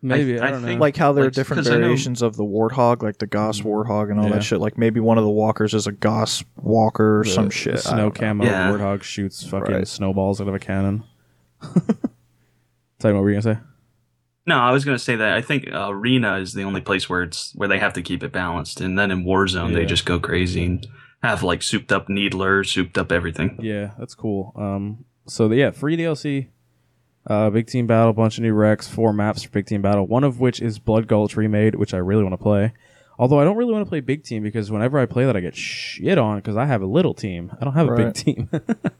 S2: maybe I,
S3: I
S2: don't know.
S3: think-
S1: like how there are
S3: Like,
S1: different
S3: 'cause I know-
S1: variations of the warthog, like the Goss warthog and all
S2: Mm. Yeah.
S1: that shit. Like maybe one of the walkers is a Goss walker or some shit.
S2: The
S1: I
S2: snow
S1: don't
S2: camo
S3: Yeah.
S2: warthog shoots fucking
S1: Right.
S2: snowballs out of a cannon. Tell me what were you gonna say?
S3: No, I was gonna say that I think Arena is the only place where it's where they have to keep it balanced, and then in Warzone
S2: Yeah.
S3: they just go crazy and have like souped up Needler, souped up everything.
S2: Yeah, that's cool. Um, so yeah, free DLC, uh, big team battle, bunch of new recs, four maps for big team battle. One of which is Blood Gulch remade, which I really want to play. Although I don't really want to play big team because whenever I play that, I get shit on because I have a little team. I don't have a big
S1: Right.
S2: team.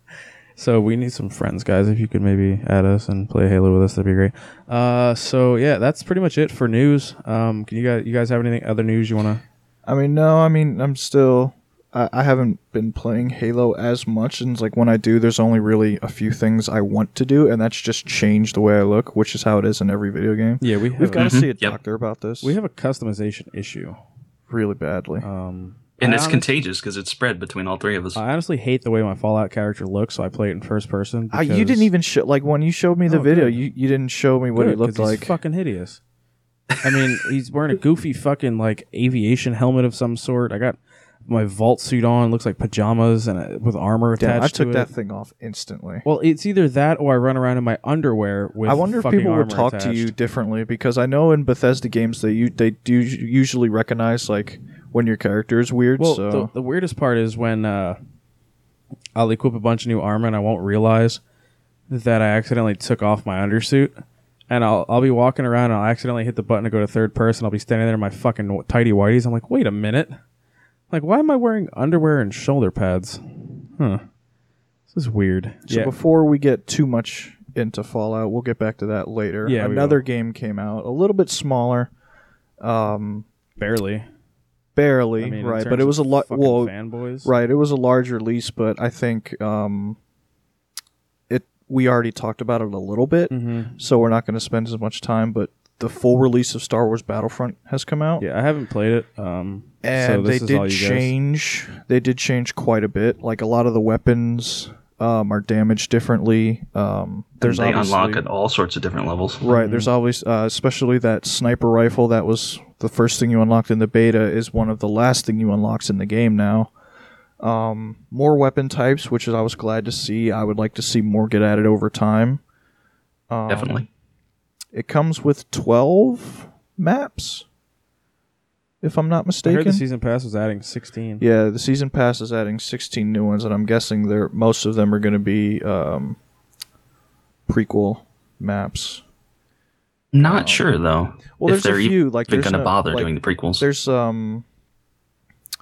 S2: so we need some friends, guys. If you could maybe add us and play Halo with us, that'd be great. Uh, so yeah, that's pretty much it for news. Um, can you guys you guys have anything other news you want to?
S1: I mean, no, I mean, I'm still. I, I haven't been playing Halo as much, and it's like when I do, there's only really a few things I want to do, and that's just change the way I look, which is how it is in every video game.
S2: Yeah, we have
S1: We've got
S2: a,
S1: to see a
S3: Yep.
S1: doctor about this.
S2: we have a customization issue.
S1: really badly.
S2: Um,
S3: And
S2: I
S3: it's
S2: honestly-
S3: contagious because it's spread between all three of
S1: Uh,
S3: us.
S2: I honestly hate the way my Fallout character looks, so I play it in first person.
S1: I, Ah, you didn't even show like when you showed me the
S2: Oh,
S1: video.
S2: good.
S1: You, you didn't show me what he looked like.
S2: fucking hideous. I mean, he's wearing a goofy fucking like aviation helmet of some sort. I got my vault suit on, looks like pajamas and uh with armor attached.
S1: Damn, I
S2: to
S1: took
S2: it.
S1: that thing off instantly.
S2: Well, it's either that or I run around in my underwear with.
S1: I wonder if
S2: fucking
S1: people would
S2: armor
S1: talk to
S2: attached.
S1: you differently because I know in Bethesda games they u- they do usually recognize like when your character is weird.
S2: Well,
S1: so
S2: the, the weirdest part is when uh, I'll equip a bunch of new armor and I won't realize that I accidentally took off my undersuit. And I'll, I'll be walking around and I'll accidentally hit the button to go to third person. I'll be standing there in my fucking tidy whities. I'm like, wait a minute. Like, why am I wearing underwear and shoulder pads? Huh. This is weird.
S1: So before we get too much into Fallout, we'll get back to that later.
S2: Yeah, we
S1: Another
S2: will.
S1: game came out, a little bit smaller,
S2: barely.
S1: barely,
S2: I mean, in
S1: right?
S2: terms
S1: But it was a
S2: of
S1: lot.
S2: fucking
S1: Well,
S2: fanboys.
S1: right, it was a large release, but I think um,
S2: Mm-hmm.
S1: it. We already talked about it a little bit, so we're not going to spend as much time. But the full release of Star Wars Battlefront has come out.
S2: Yeah, I haven't played it. Um,
S1: and
S2: so this
S1: they
S2: is all
S1: did
S2: you guys-
S1: change they did change quite a bit like a lot of the weapons um, are damaged differently um, there's
S3: they
S1: obviously
S3: unlock at all sorts of different levels.
S1: right there's
S2: Um,
S1: always uh, especially that sniper rifle that was the first thing you unlocked in the beta is one of the last thing you unlocks in the game now um, more weapon types which is i was glad to see i would like to see more get added over time um,
S3: Definitely.
S1: it comes with 12 maps if i'm not
S2: I
S1: mistaken
S2: heard the season pass was adding 16.
S1: yeah, the season pass is adding 16 new ones, and I'm guessing they're most of them are going to be um, prequel maps.
S3: Not sure though.
S1: Well, there's
S3: if they're
S1: a few like
S3: even
S1: there's
S3: going to
S1: no-
S3: bother
S1: like,
S3: doing the prequels.
S1: There's um,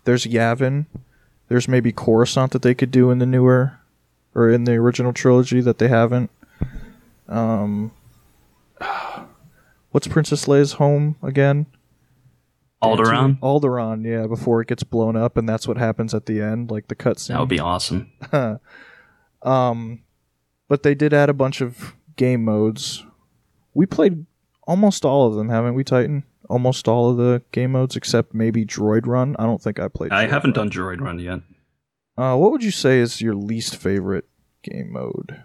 S1: there's Yavin. There's maybe Coruscant that they could do in the newer, or in the original trilogy that they haven't. Um, what's Princess Leia's home again?
S3: Alderaan.
S1: Alderaan, yeah, before it gets blown up, and that's what happens at the end, like the cutscene.
S3: That would be awesome.
S1: Um, but they did add a bunch of game modes. We played almost all of them, haven't we, Titan? Almost all of the game modes except maybe Droid Run. I don't think I played.
S3: I
S1: Droid
S3: haven't
S1: Run.
S3: done Droid Run yet.
S1: Uh, what would you say is your least favorite game mode?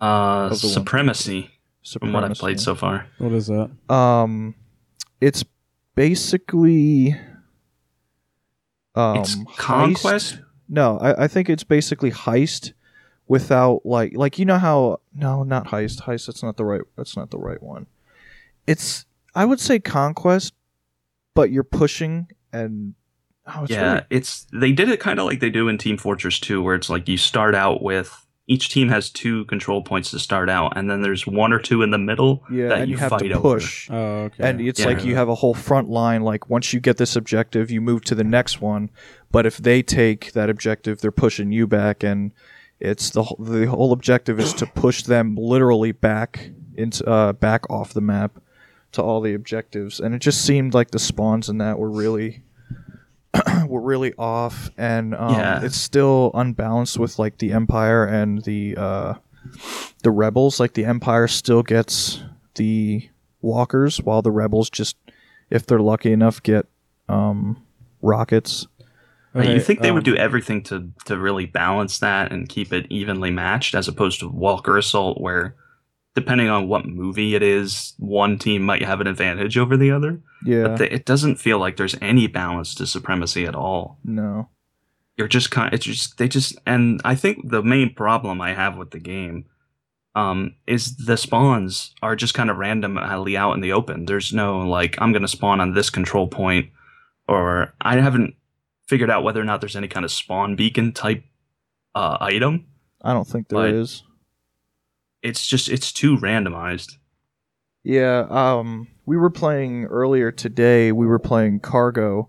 S3: Uh,
S1: Of the ones.
S3: Supremacy, from what I've played so far.
S2: What is that?
S1: Um, it's basically. Um,
S3: it's
S1: heist-
S3: Conquest.
S1: No, I, I think it's basically heist without like like you know how no not heist heist that's not the right that's not the right one. It's I would say conquest, but you're pushing and oh, it's
S3: yeah,
S1: really-
S3: it's they did it kind of like they do in Team Fortress 2, where it's like you start out with each team has two control points to start out, and then there's one or two in the middle
S1: yeah,
S3: that
S1: and
S3: you,
S1: you, have
S3: fight
S1: to
S3: over.
S1: push.
S2: Oh, okay.
S1: And it's
S3: Yeah.
S1: like you have a whole front line. Like once you get this objective, you move to the next one. But if they take that objective, they're pushing you back, and it's the wh- the whole objective is to push them literally back into uh, back off the map to all the objectives. And it just seemed like the spawns in that were really were really off, and um,
S3: Yeah.
S1: it's still unbalanced with like the Empire and the uh, the rebels like the empire still gets the walkers while the rebels just if they're lucky enough get um rockets
S3: Like, you
S2: Okay,
S3: think they
S2: um,
S3: would do everything to to really balance that and keep it evenly matched, as opposed to Walker Assault, where depending on what movie it is, one team might have an advantage over the other.
S1: yeah
S3: But th- it doesn't feel like there's any balance to supremacy at all.
S1: no
S3: You're just kind. It's just they just and I think the main problem I have with the game um, is the spawns are just kind of randomly out in the open. There's no like I'm gonna spawn on this control point, or I haven't figured out whether or not there's any kind of spawn beacon type uh, item.
S1: i don't think there is.
S3: Like- It's just it's too randomized.
S1: Yeah, um, we were playing earlier today. We were playing cargo,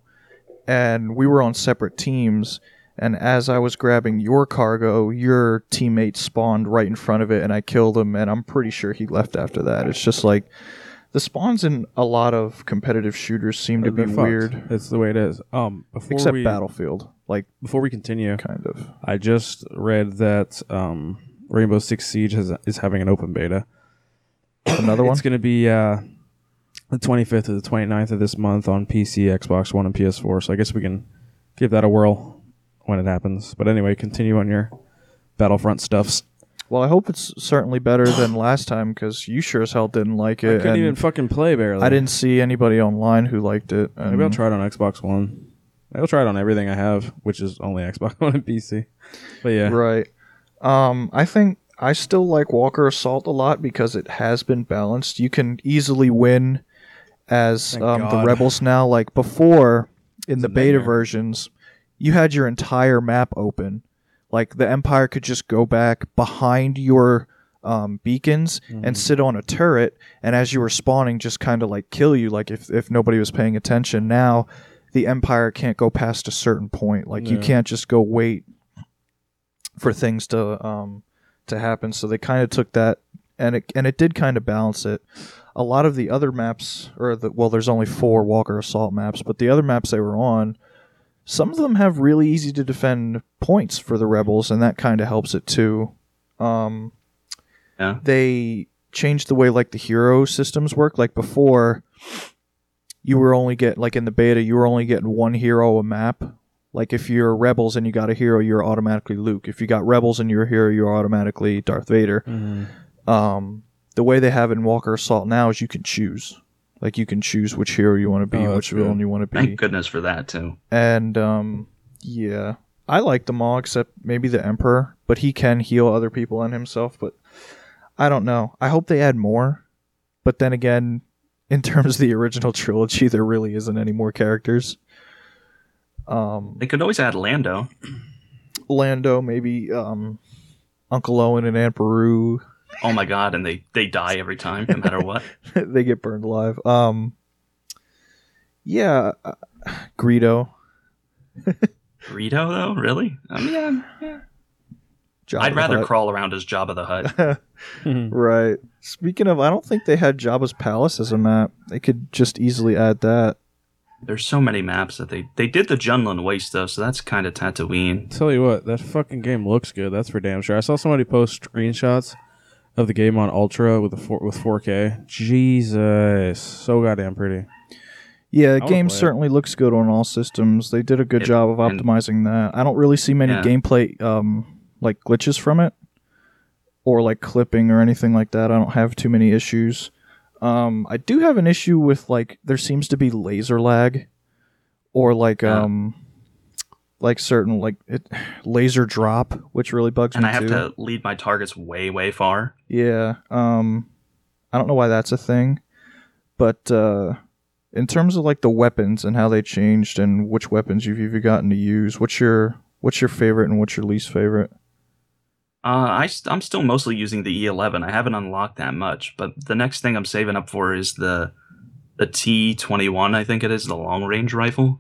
S1: and we were on separate teams. And as I was grabbing your cargo, your teammate spawned right in front of it, and I killed him. And I'm pretty sure he left after that. It's just like the spawns in a lot of competitive shooters seem to be
S2: they're fucked.
S1: weird,
S2: That's the way it is. Um, before
S1: except
S2: we,
S1: Battlefield, like
S2: Before we continue,
S1: kind of.
S2: I just read that um, Rainbow Six Siege has, is having an open beta.
S1: Another one.
S2: It's going to be uh, the 25th to the 29th of this month on PC, Xbox One, and PS4. So I guess we can give that a whirl when it happens. But anyway, continue on your Battlefront stuffs.
S1: Well, I hope it's certainly better than last time because you sure as hell didn't like
S2: I
S1: it.
S2: couldn't
S1: and
S2: even fucking play barely.
S1: I didn't see anybody online who liked it.
S2: Maybe I'll
S1: and-
S2: try it on Xbox One. I'll try it on everything I have, which is only Xbox One and PC. But yeah,
S1: Right. Um, I think I still like Walker Assault a lot because it has been balanced. You can easily win as
S2: Thank
S1: um, the
S2: God.
S1: rebels now. Like before, in the
S2: a
S1: beta
S2: nightmare.
S1: versions, you had your entire map open. Like the Empire could just go back behind your um, beacons
S2: Mm.
S1: and sit on a turret, and as you were spawning, just kind of like kill you. Like if if nobody was paying attention, now the Empire can't go past a certain point. Like you
S2: Yeah.
S1: can't just go wait for things to um, to happen. So they kind of took that and it and it did kind of balance it. A lot of the other maps, or the well, there's only four Walker Assault maps, but the other maps they were on, some of them have really easy to defend points for the rebels, and that kind of helps it too. Um,
S3: Yeah.
S1: They changed the way like the hero systems work. Like before, you were only get like in the beta, you were only getting one hero a map. Like if you're rebels and you got a hero, you're automatically Luke. If you got rebels and you're a hero, you're automatically Darth Vader.
S2: Mm-hmm.
S1: Um, the way they have it in Walker Assault now is you can choose. Like you can choose which hero you want to be,
S2: Oh, that's
S1: which
S2: good.
S1: villain you want to be
S3: Thank goodness for that too.
S1: and um, yeah, I like them all except maybe the Emperor, but he can heal other people and himself. But I don't know. I hope they add more. But then again, in terms of the original trilogy, there really isn't any more characters. Um,
S3: They could always add Lando.
S1: Lando, maybe um, Uncle Owen and Aunt Beru.
S3: Oh my god, and they they die every time, no matter what.
S1: they get burned alive. Um, yeah, uh, Greedo.
S3: Greedo though, really? I mean, yeah,
S1: Jabba
S3: I'd
S1: the
S3: rather
S1: Hutt.
S3: crawl around as Jabba the Hutt.
S1: Right. Speaking of, I don't think they had Jabba's palace as a map. They could just easily add that.
S3: There's so many maps that they they did the Junlin Waste though, so that's kind of Tatooine.
S2: Tell you what, that fucking game looks good. That's for damn sure. I saw somebody post screenshots of the game on Ultra with a four, with 4K. Jesus, so goddamn pretty.
S1: Yeah, the
S2: would
S1: game
S2: play it.
S1: certainly looks good on all systems. They did a good
S3: It-
S1: job of
S3: and-
S1: optimizing that. I don't really see many
S3: Yeah.
S1: gameplay um like glitches from it or like clipping or anything like that. I don't have too many issues. Um I do have an issue with like there seems to be laser lag or like
S3: Yeah.
S1: um like certain like it, laser drop which really bugs
S3: And
S1: me
S3: I have
S1: too.
S3: to lead my targets way, way far.
S1: Yeah. Um I don't know why that's a thing. But uh in terms of like the weapons and how they changed and which weapons you've even gotten to use, what's your what's your favorite and what's your least favorite?
S3: Uh, I st- I'm still mostly using the E11. I haven't unlocked that much, but the next thing I'm saving up for is the the T21. I think it is the long range rifle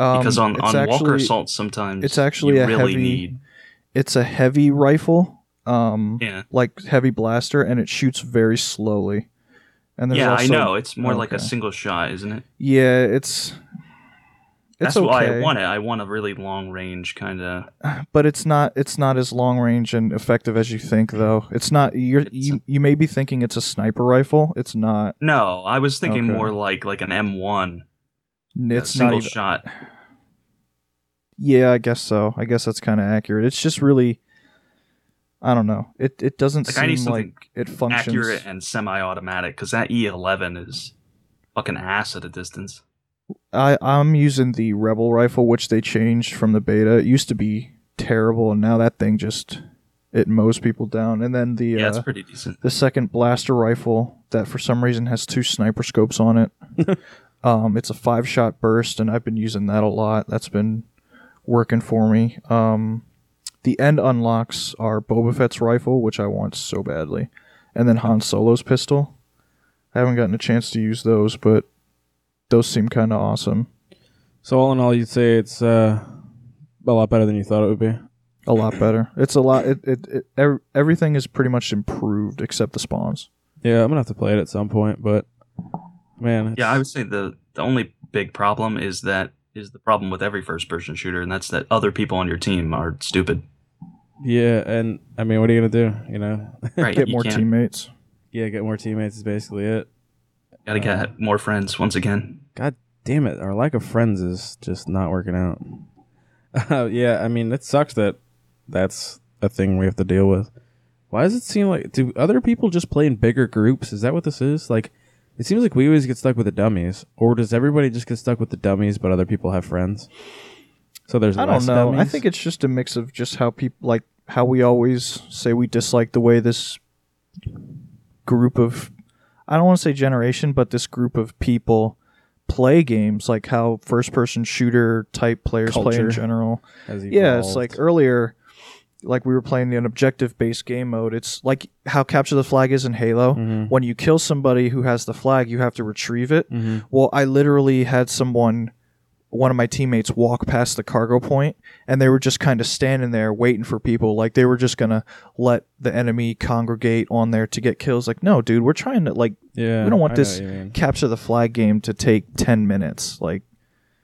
S1: Um,
S3: because on
S1: it's
S3: on Walker
S1: actually-
S3: Assault sometimes
S1: it's actually
S3: you
S1: a
S3: really
S1: heavy-
S3: need
S1: It's a heavy rifle. Um
S3: yeah
S1: like heavy blaster and it shoots very slowly. And there's
S3: yeah
S1: also,
S3: I know it's more like a
S1: okay.
S3: single shot, isn't it?
S1: Yeah, it's it's
S3: That's
S1: okay,
S3: why I want it. I want a really long range kind of.
S1: but it's not it's not as long range and effective as you think though. It's not you're,
S3: It's
S1: you you may be thinking it's a sniper rifle. It's not.
S3: No, I was thinking
S1: Okay.
S3: more like like an M1. a
S1: It's not
S3: single
S1: even.
S3: shot.
S1: Yeah, I guess so. I guess that's kind of accurate. It's just really, I don't know. It it doesn't
S3: Like I need
S1: seem
S3: something
S1: like it functions.
S3: accurate and semi-automatic because that E11 is fucking ass at a distance.
S1: I I'm using the Rebel rifle, which they changed from the beta. It used to be terrible, and now that thing just it mows people down. And then the
S3: Yeah,
S1: uh,
S3: it's pretty decent.
S1: the second blaster rifle that for some reason has two sniper scopes on it. um, it's a five shot burst, and I've been using that a lot. That's been working for me. Um, the end unlocks are Boba Fett's rifle, which I want so badly, and then Han Solo's pistol. I haven't gotten a chance to use those, but those seem kind of awesome.
S2: So all in all, you'd say it's uh, a lot better than you thought it would be.
S1: A lot better. It's a lot. It, it, it ev- everything is pretty much improved except the spawns.
S2: Yeah, I'm gonna have to play it at some point, but man, it's-
S3: Yeah, I would say the the only big problem is that is the problem with every first-person shooter, and that's that other people on your team are stupid.
S2: yeah, and I mean, what are you gonna do? You know,
S3: Right?
S1: Get
S3: you
S1: more
S3: can't-
S1: teammates.
S2: yeah, get more teammates is basically it.
S3: Gotta get more friends once again.
S2: God damn it, our lack of friends is just not working out. Uh, yeah, I mean, it sucks that that's a thing we have to deal with. Why does it seem like do other people just play in bigger groups? Is that what this is? Like, it seems like we always get stuck with the dummies, or does everybody just get stuck with the dummies, but other people have friends? So there's
S1: I don't
S2: less
S1: know. I
S2: dummies?
S1: think it's just a mix of just how people like how we always say we dislike the way this group of I don't want to say generation, but this group of people play games, like how first person shooter type players play in
S2: Culture.
S1: general.
S2: has
S1: Yeah, it's
S2: evolved.
S1: like earlier like we were playing an objective based game mode. It's like how capture the flag is in Halo.
S2: Mhm.
S1: When you kill somebody who has the flag, you have to retrieve it.
S2: Mhm.
S1: Well, I literally had someone, one of my teammates, walk past the cargo point, and they were just kind of standing there waiting for people. Like they were just gonna let the enemy congregate on there to get kills. Like, no, dude, we're trying to like
S2: yeah,
S1: we don't want
S2: I know
S1: this
S2: what you mean.
S1: capture the flag game to take ten minutes. Like,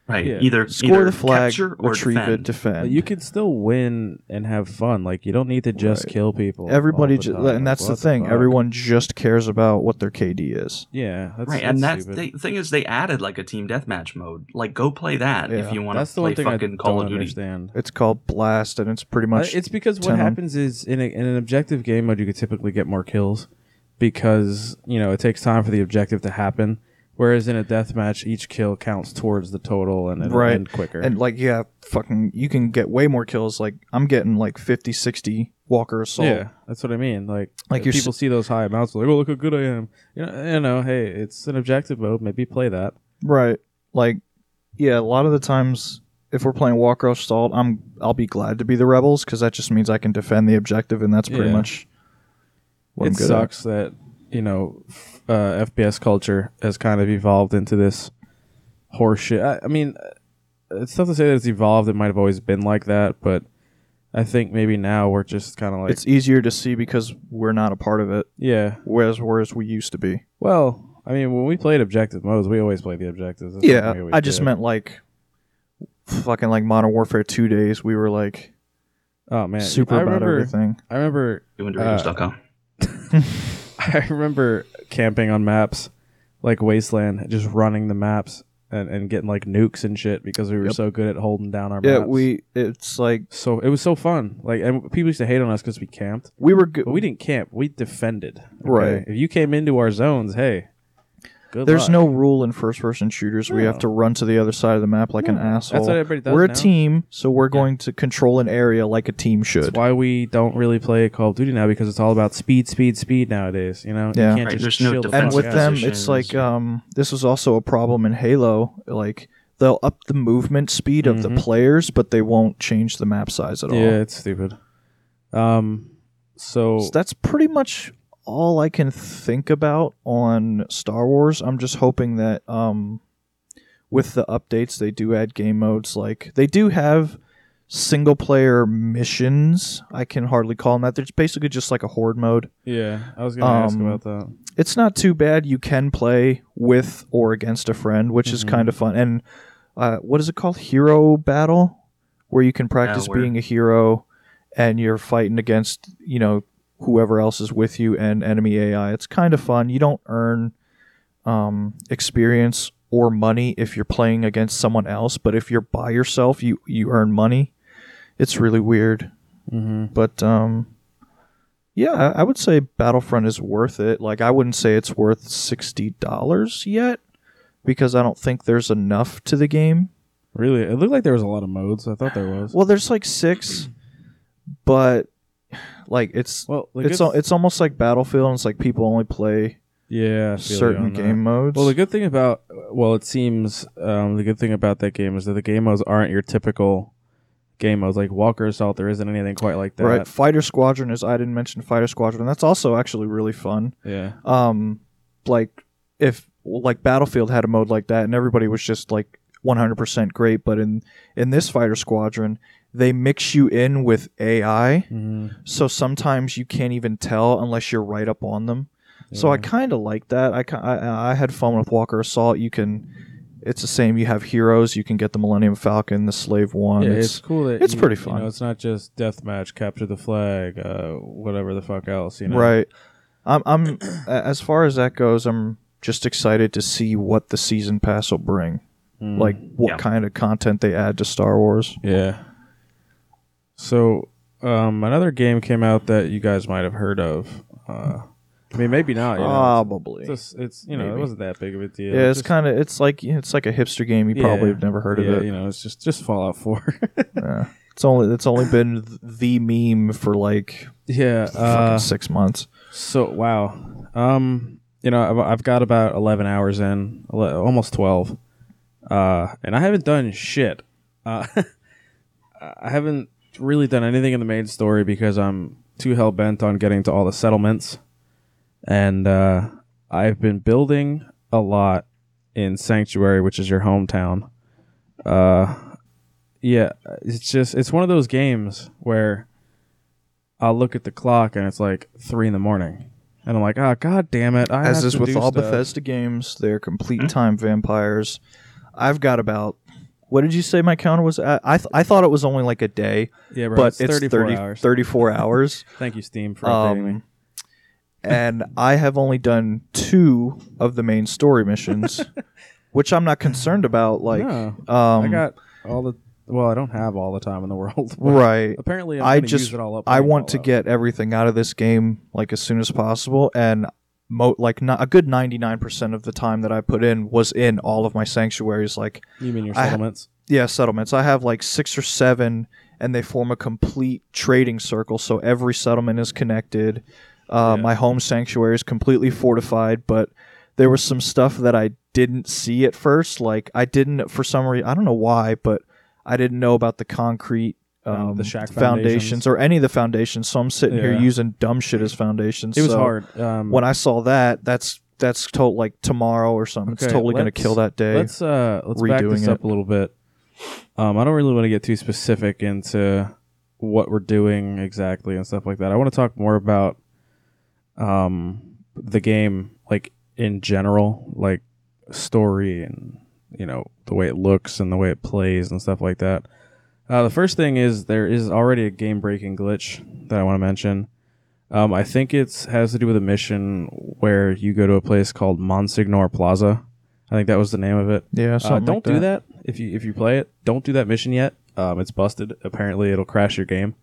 S3: Right.
S2: Yeah.
S3: Either
S1: Score
S3: either
S1: the flag,
S3: capture or
S1: retrieve
S3: defend.
S1: it, defend.
S2: Like, you can still win and have fun. Like you don't need to just
S1: Right.
S2: kill people.
S1: Everybody,
S2: all the
S1: ju-
S2: time.
S1: and that's
S2: What
S1: the thing.
S2: fuck?
S1: Everyone just cares about what their KD is.
S2: Yeah, that's,
S3: right, and that's
S2: that's stupid.
S3: the thing is they added like a team deathmatch mode. Like go play that
S1: Yeah.
S3: if you want
S2: that's
S3: to
S2: the
S3: play
S2: one thing I
S3: fucking Call
S2: don't
S3: of Duty.
S2: understand.
S1: It's called blast, and it's pretty much
S2: Uh, it's because what
S1: Ten on.
S2: happens is in, a, in an objective game mode you could typically get more kills because you know it takes time for the objective to happen whereas in a deathmatch each kill counts towards the total and it'll
S1: Right.
S2: end quicker
S1: and like yeah, fucking, you can get way more kills. Like I'm getting like 50, 60 Walker assault.
S2: yeah that's what i mean like,
S1: Like
S2: if
S1: you're
S2: people see those high amounts like oh look how good i am you know, you know hey it's an objective mode maybe play that
S1: Right. Like, yeah, a lot of the times if we're playing Walker Assault, I'm I'll be glad to be the rebels because that just means I can defend the objective, and that's pretty
S2: Yeah.
S1: much what I'm
S2: it
S1: good
S2: sucks that you know f- uh, fps culture has kind of evolved into this horseshit I, I mean uh, it's tough to say that it's evolved it might have always been like that but i think maybe now we're just kind of
S1: at.
S2: like
S1: It's easier to see because we're not a part of it,
S2: yeah
S1: whereas whereas we used to be.
S2: well i mean when we played objective modes we always played the objectives That's
S1: Yeah,
S2: something we always
S1: I just
S2: did.
S1: meant like fucking like Modern Warfare two days. We were like
S2: oh man
S1: super
S2: I
S1: about
S2: remember,
S1: everything.
S2: i remember
S3: Doingdreams.com.
S2: I remember camping on maps, like Wasteland, just running the maps and, and getting like nukes and shit because we were
S1: Yep.
S2: so good at holding down our
S1: Yeah,
S2: maps.
S1: we it's like
S2: so it was so fun. Like and people used to hate on us because we camped,
S1: we were good.
S2: but we didn't camp. We defended. okay?
S1: Right.
S2: If you came into our zones, hey, good.
S1: There's
S2: luck.
S1: no rule in first person shooters where you have
S2: No.
S1: to run to the other side of the map like an
S2: No.
S1: asshole.
S2: That's what everybody does
S1: we're a
S2: now.
S1: team, so we're going to control an area like a team should.
S2: That's why we don't really play Call of Duty now because it's all about speed, speed, speed nowadays. You know,
S1: Yeah.
S2: you can't
S3: Right,
S2: just
S3: there's no
S2: chill the
S3: defense
S1: and
S2: fuck
S1: with
S2: out.
S1: them, it's
S3: positions.
S1: like um, this was also a problem in Halo. Like they'll up the movement speed of the
S2: Mhm.
S1: players, but they won't change the map size at all.
S2: yeah, it's stupid. Um, so
S1: So that's pretty much all I can think about on Star Wars. I'm just hoping that um, with the updates, they do add game modes. Like they do have single player missions. I can hardly call them that. They're basically just like a horde mode.
S2: yeah, I was gonna ask
S1: Um,
S2: about that.
S1: It's not too bad. You can play with or against a friend, which is
S2: Mhm.
S1: kind of fun. And uh, what is it called? Hero battle, where you can practice
S3: where-
S1: being a hero, and you're fighting against you know whoever else is with you and enemy AI. It's kind of fun. You don't earn um, experience or money if you're playing against someone else, but if you're by yourself, you you earn money. It's really weird
S2: Mm-hmm.
S1: but um yeah i I would say battlefront is worth it like i wouldn't say it's worth $60 yet because i don't think there's enough to the game
S2: Really, it looked like there was a lot of modes. I thought there was.
S1: well there's like six but like it's
S2: Well, the
S1: it's
S2: good-
S1: al- it's almost like battlefield and it's like people only play
S2: yeah, I feel you
S1: certain
S2: on that.
S1: game modes
S2: Well, the good thing about well, it seems um, the good thing about that game is that the game modes aren't your typical game modes. Like Walker Assault, there isn't anything quite like that.
S1: right fighter squadron is i didn't mention fighter squadron that's also actually really fun
S2: Yeah.
S1: um like if like battlefield had a mode like that and everybody was just like 100% great but in in this fighter squadron they mix you in with ai
S2: Mm-hmm.
S1: so sometimes you can't even tell unless you're right up on them so i kind of like that I, ki- I i had fun with walker assault you can it's the same you have heroes you can get the millennium falcon the slave one
S2: yeah,
S1: it's,
S2: it's cool. That
S1: it's
S2: you-
S1: pretty
S2: you
S1: fun.
S2: know, it's not just deathmatch, capture the flag, uh, whatever the fuck else. You know.
S1: right i'm i'm a- as far as that goes i'm just excited to see what the season pass will bring
S2: Mm.
S1: like what
S3: Yeah.
S1: kind of content they add to Star Wars.
S2: Yeah. So um, another game came out that you guys might have heard of. Uh, I mean, maybe not. You know.
S1: Probably.
S2: It's, just- it's you know
S1: Ah, Maybe.
S2: it wasn't that big of a deal.
S1: yeah, it's
S2: just-
S1: kind of it's like it's like a hipster game. You probably
S2: Yeah.
S1: have never heard of
S2: yeah,
S1: it.
S2: You know, it's just just Fallout Four.
S1: Yeah. It's only it's only been th- the meme for like
S2: yeah.
S1: fucking
S2: Uh,
S1: six months.
S2: so wow. Um, you know, I've, I've got about eleven hours in, ele- almost twelve, uh, and I haven't done shit. Uh, I haven't really done anything in the main story because I'm too hell bent on getting to all the settlements, and uh, I've been building a lot in Sanctuary, which is your hometown. Uh, yeah, it's just it's one of those games where I'll look at the clock and it's like three in the morning, and I'm like, oh god damn it! I
S1: As
S2: have
S1: is
S2: to
S1: with
S2: do
S1: all
S2: stuff."
S1: Bethesda games, they're complete time vampires. I've got about What did you say my counter was? At? I th- I thought it was only like a day,
S2: Yeah, bro.
S1: but
S2: it's,
S1: it's
S2: 34
S1: 30
S2: hours.
S1: 34 hours.
S2: Thank you, Steam, for updating me.
S1: Um, and I have only done two of the main story missions, which I'm not concerned about. Like,
S2: No,
S1: um,
S2: I got all the. Well, I don't have all the time in the world. but
S1: right.
S2: Apparently, I'm
S1: I
S2: gonna
S1: just-
S2: use it all up.
S1: I
S2: when it
S1: want
S2: all
S1: to
S2: out.
S1: get everything out of this game like as soon as possible, and mo- like not, a good 99% of the time that I put in was in all of my sanctuaries. Like,
S2: You mean your
S1: I ha-
S2: settlements?
S1: yeah, settlements. I have like six or seven, and they form a complete trading circle. So every settlement is connected. Uh,
S2: Yeah.
S1: My home sanctuary is completely fortified, but there was some stuff that I didn't see at first. Like I didn't, for some reason, I don't know why, but I didn't know about the concrete.
S2: Uh,
S1: Um,
S2: the shack foundations.
S1: or any of the foundations. So I'm sitting here
S2: Yeah.
S1: using dumb shit as foundations.
S2: it was
S1: so
S2: hard. Um,
S1: When I saw that, that's that's to- like tomorrow or something.
S2: Okay,
S1: it's totally gonna
S2: let's-
S1: kill that day.
S2: let's uh, let's back
S1: redoing
S2: this up
S1: it.
S2: a little bit. Um, I don't really want to get too specific into what we're doing exactly and stuff like that. I want to talk more about um, the game, like in general, like story and you know the way it looks and the way it plays and stuff like that. Uh, the first thing is there is already a game breaking glitch that I want to mention. Um, I think it's has to do with a mission where you go to a place called Monsignor Plaza. I think that was the name of it.
S1: Yeah,
S2: Uh,
S1: something
S2: don't
S1: like
S2: do that if you if you play it. Don't do that mission yet. Um, it's busted. Apparently, it'll crash your game.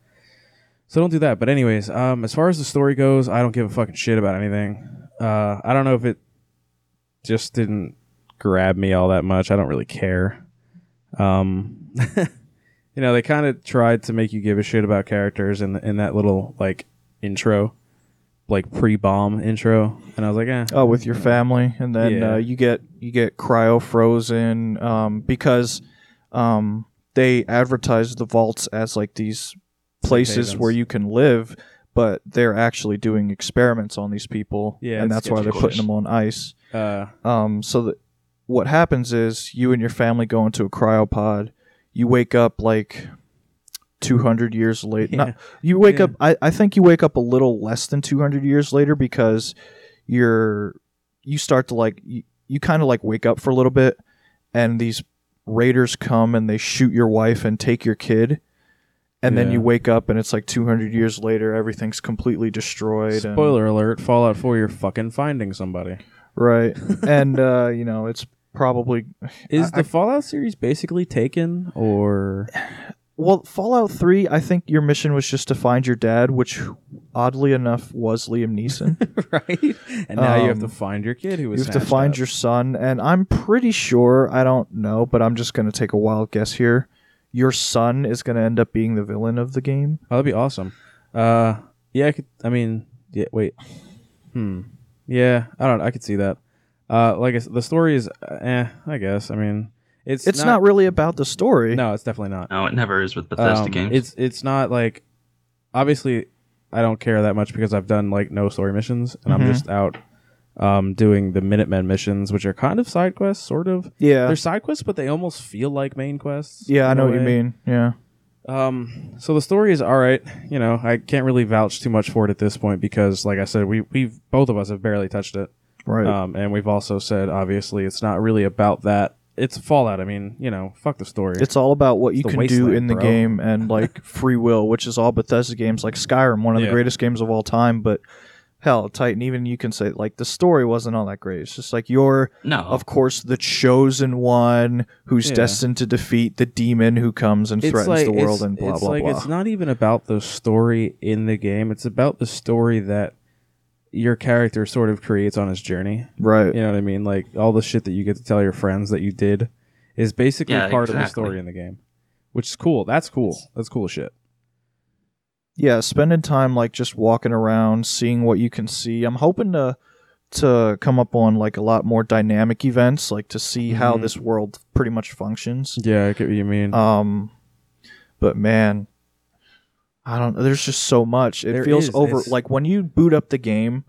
S2: So don't do that. But anyways, um, as far as the story goes, I don't give a fucking shit about anything. Uh, I don't know if it just didn't grab me all that much. I don't really care. Um, you know, they kind of tried to make you give a shit about characters in in that little like intro, like pre-bomb intro, and I was like, eh.
S1: Oh, with your family, and then
S2: Yeah.
S1: uh, you get you get cryo frozen um, because um, they advertise the vaults as like these places
S2: havens.
S1: where you can live, but they're actually doing experiments on these people,
S2: Yeah,
S1: and
S2: it's
S1: that's why
S3: sketchy.
S1: they're putting them on ice.
S2: Uh,
S1: Um, so that what happens is you and your family go into a cryopod. You wake up like two hundred years late.
S2: Yeah.
S1: Not, you wake
S2: Yeah.
S1: up. I, I think you wake up a little less than two hundred years later because you're you start to like you, you kind of like wake up for a little bit, and these raiders come and they shoot your wife and take your kid. And then
S2: Yeah.
S1: you wake up and it's like 200 years later, everything's completely destroyed. and-
S2: Spoiler alert: Fallout Four, you're fucking finding somebody.
S1: right? and uh, you know, it's probably
S2: Is
S1: I-
S2: the Fallout series basically taken, or
S1: Well, Fallout 3, I think your mission was just to find your dad, which oddly enough was Liam Neeson.
S2: right? And now you have to
S1: Um,
S2: find your kid who
S1: you
S2: was.
S1: have to find your son, and I'm pretty sure, I don't know, but I'm just going to take a wild guess here. Your son is going to end up being the villain of the game.
S2: Oh, that'd be awesome. Uh, yeah, I could. I mean, yeah. Wait. Hmm. Yeah, I don't. I could see that. Uh, like I s the story is, uh, eh. I guess. I mean, it's
S1: It's not, really about the story.
S2: no, it's definitely not.
S3: No, Oh, it never is with Bethesda
S2: Um,
S3: games.
S2: It's it's not like obviously I don't care that much because I've done like no story missions and I'm
S3: Mm-hmm.
S1: Mhm.
S2: just out um, doing the Minutemen missions, which are kind of side quests, sort of.
S1: Yeah.
S2: They're side quests, but they almost feel like main quests.
S1: yeah, I
S2: in a
S1: know what you
S2: way.
S1: mean. Yeah.
S2: Um, so the story is all right. You know, I can't really vouch too much for it at this point because, like I said, we we've both of us have barely touched it.
S1: Right.
S2: Um, and we've also said obviously it's not really about that. It's Fallout. I mean, you know, fuck the story.
S1: it's all about what you
S2: the
S1: can do
S2: wasteland,
S1: in the
S2: bro.
S1: game and like free will, which is all Bethesda games like Skyrim, one of
S2: Yeah.
S1: the greatest games of all time, but hell, Titan, even you can say like the story wasn't all that great. It's just like you're
S3: no,
S1: of course the chosen one who's
S2: Yeah.
S1: destined to defeat the demon who comes and threatens the world and blah
S2: it's
S1: blah
S2: like
S1: blah.
S2: It's not even about the story in the game. It's about the story that your character sort of creates on his journey.
S1: right.
S2: You know what I mean? Like all the shit that you get to tell your friends that you did is basically
S3: Yeah,
S2: part of the
S3: exactly.
S2: story in the game, which is cool. That's cool. That's cool as shit.
S1: yeah spending time like just walking around seeing what you can see i'm hoping to to come up on like a lot more dynamic events like to see how
S2: Mhm.
S1: this world pretty much functions
S2: Yeah, I get what you mean.
S1: um but man i don't there's just so much it
S2: There
S1: feels
S2: is,
S1: over
S2: it's-
S1: like when you boot up the game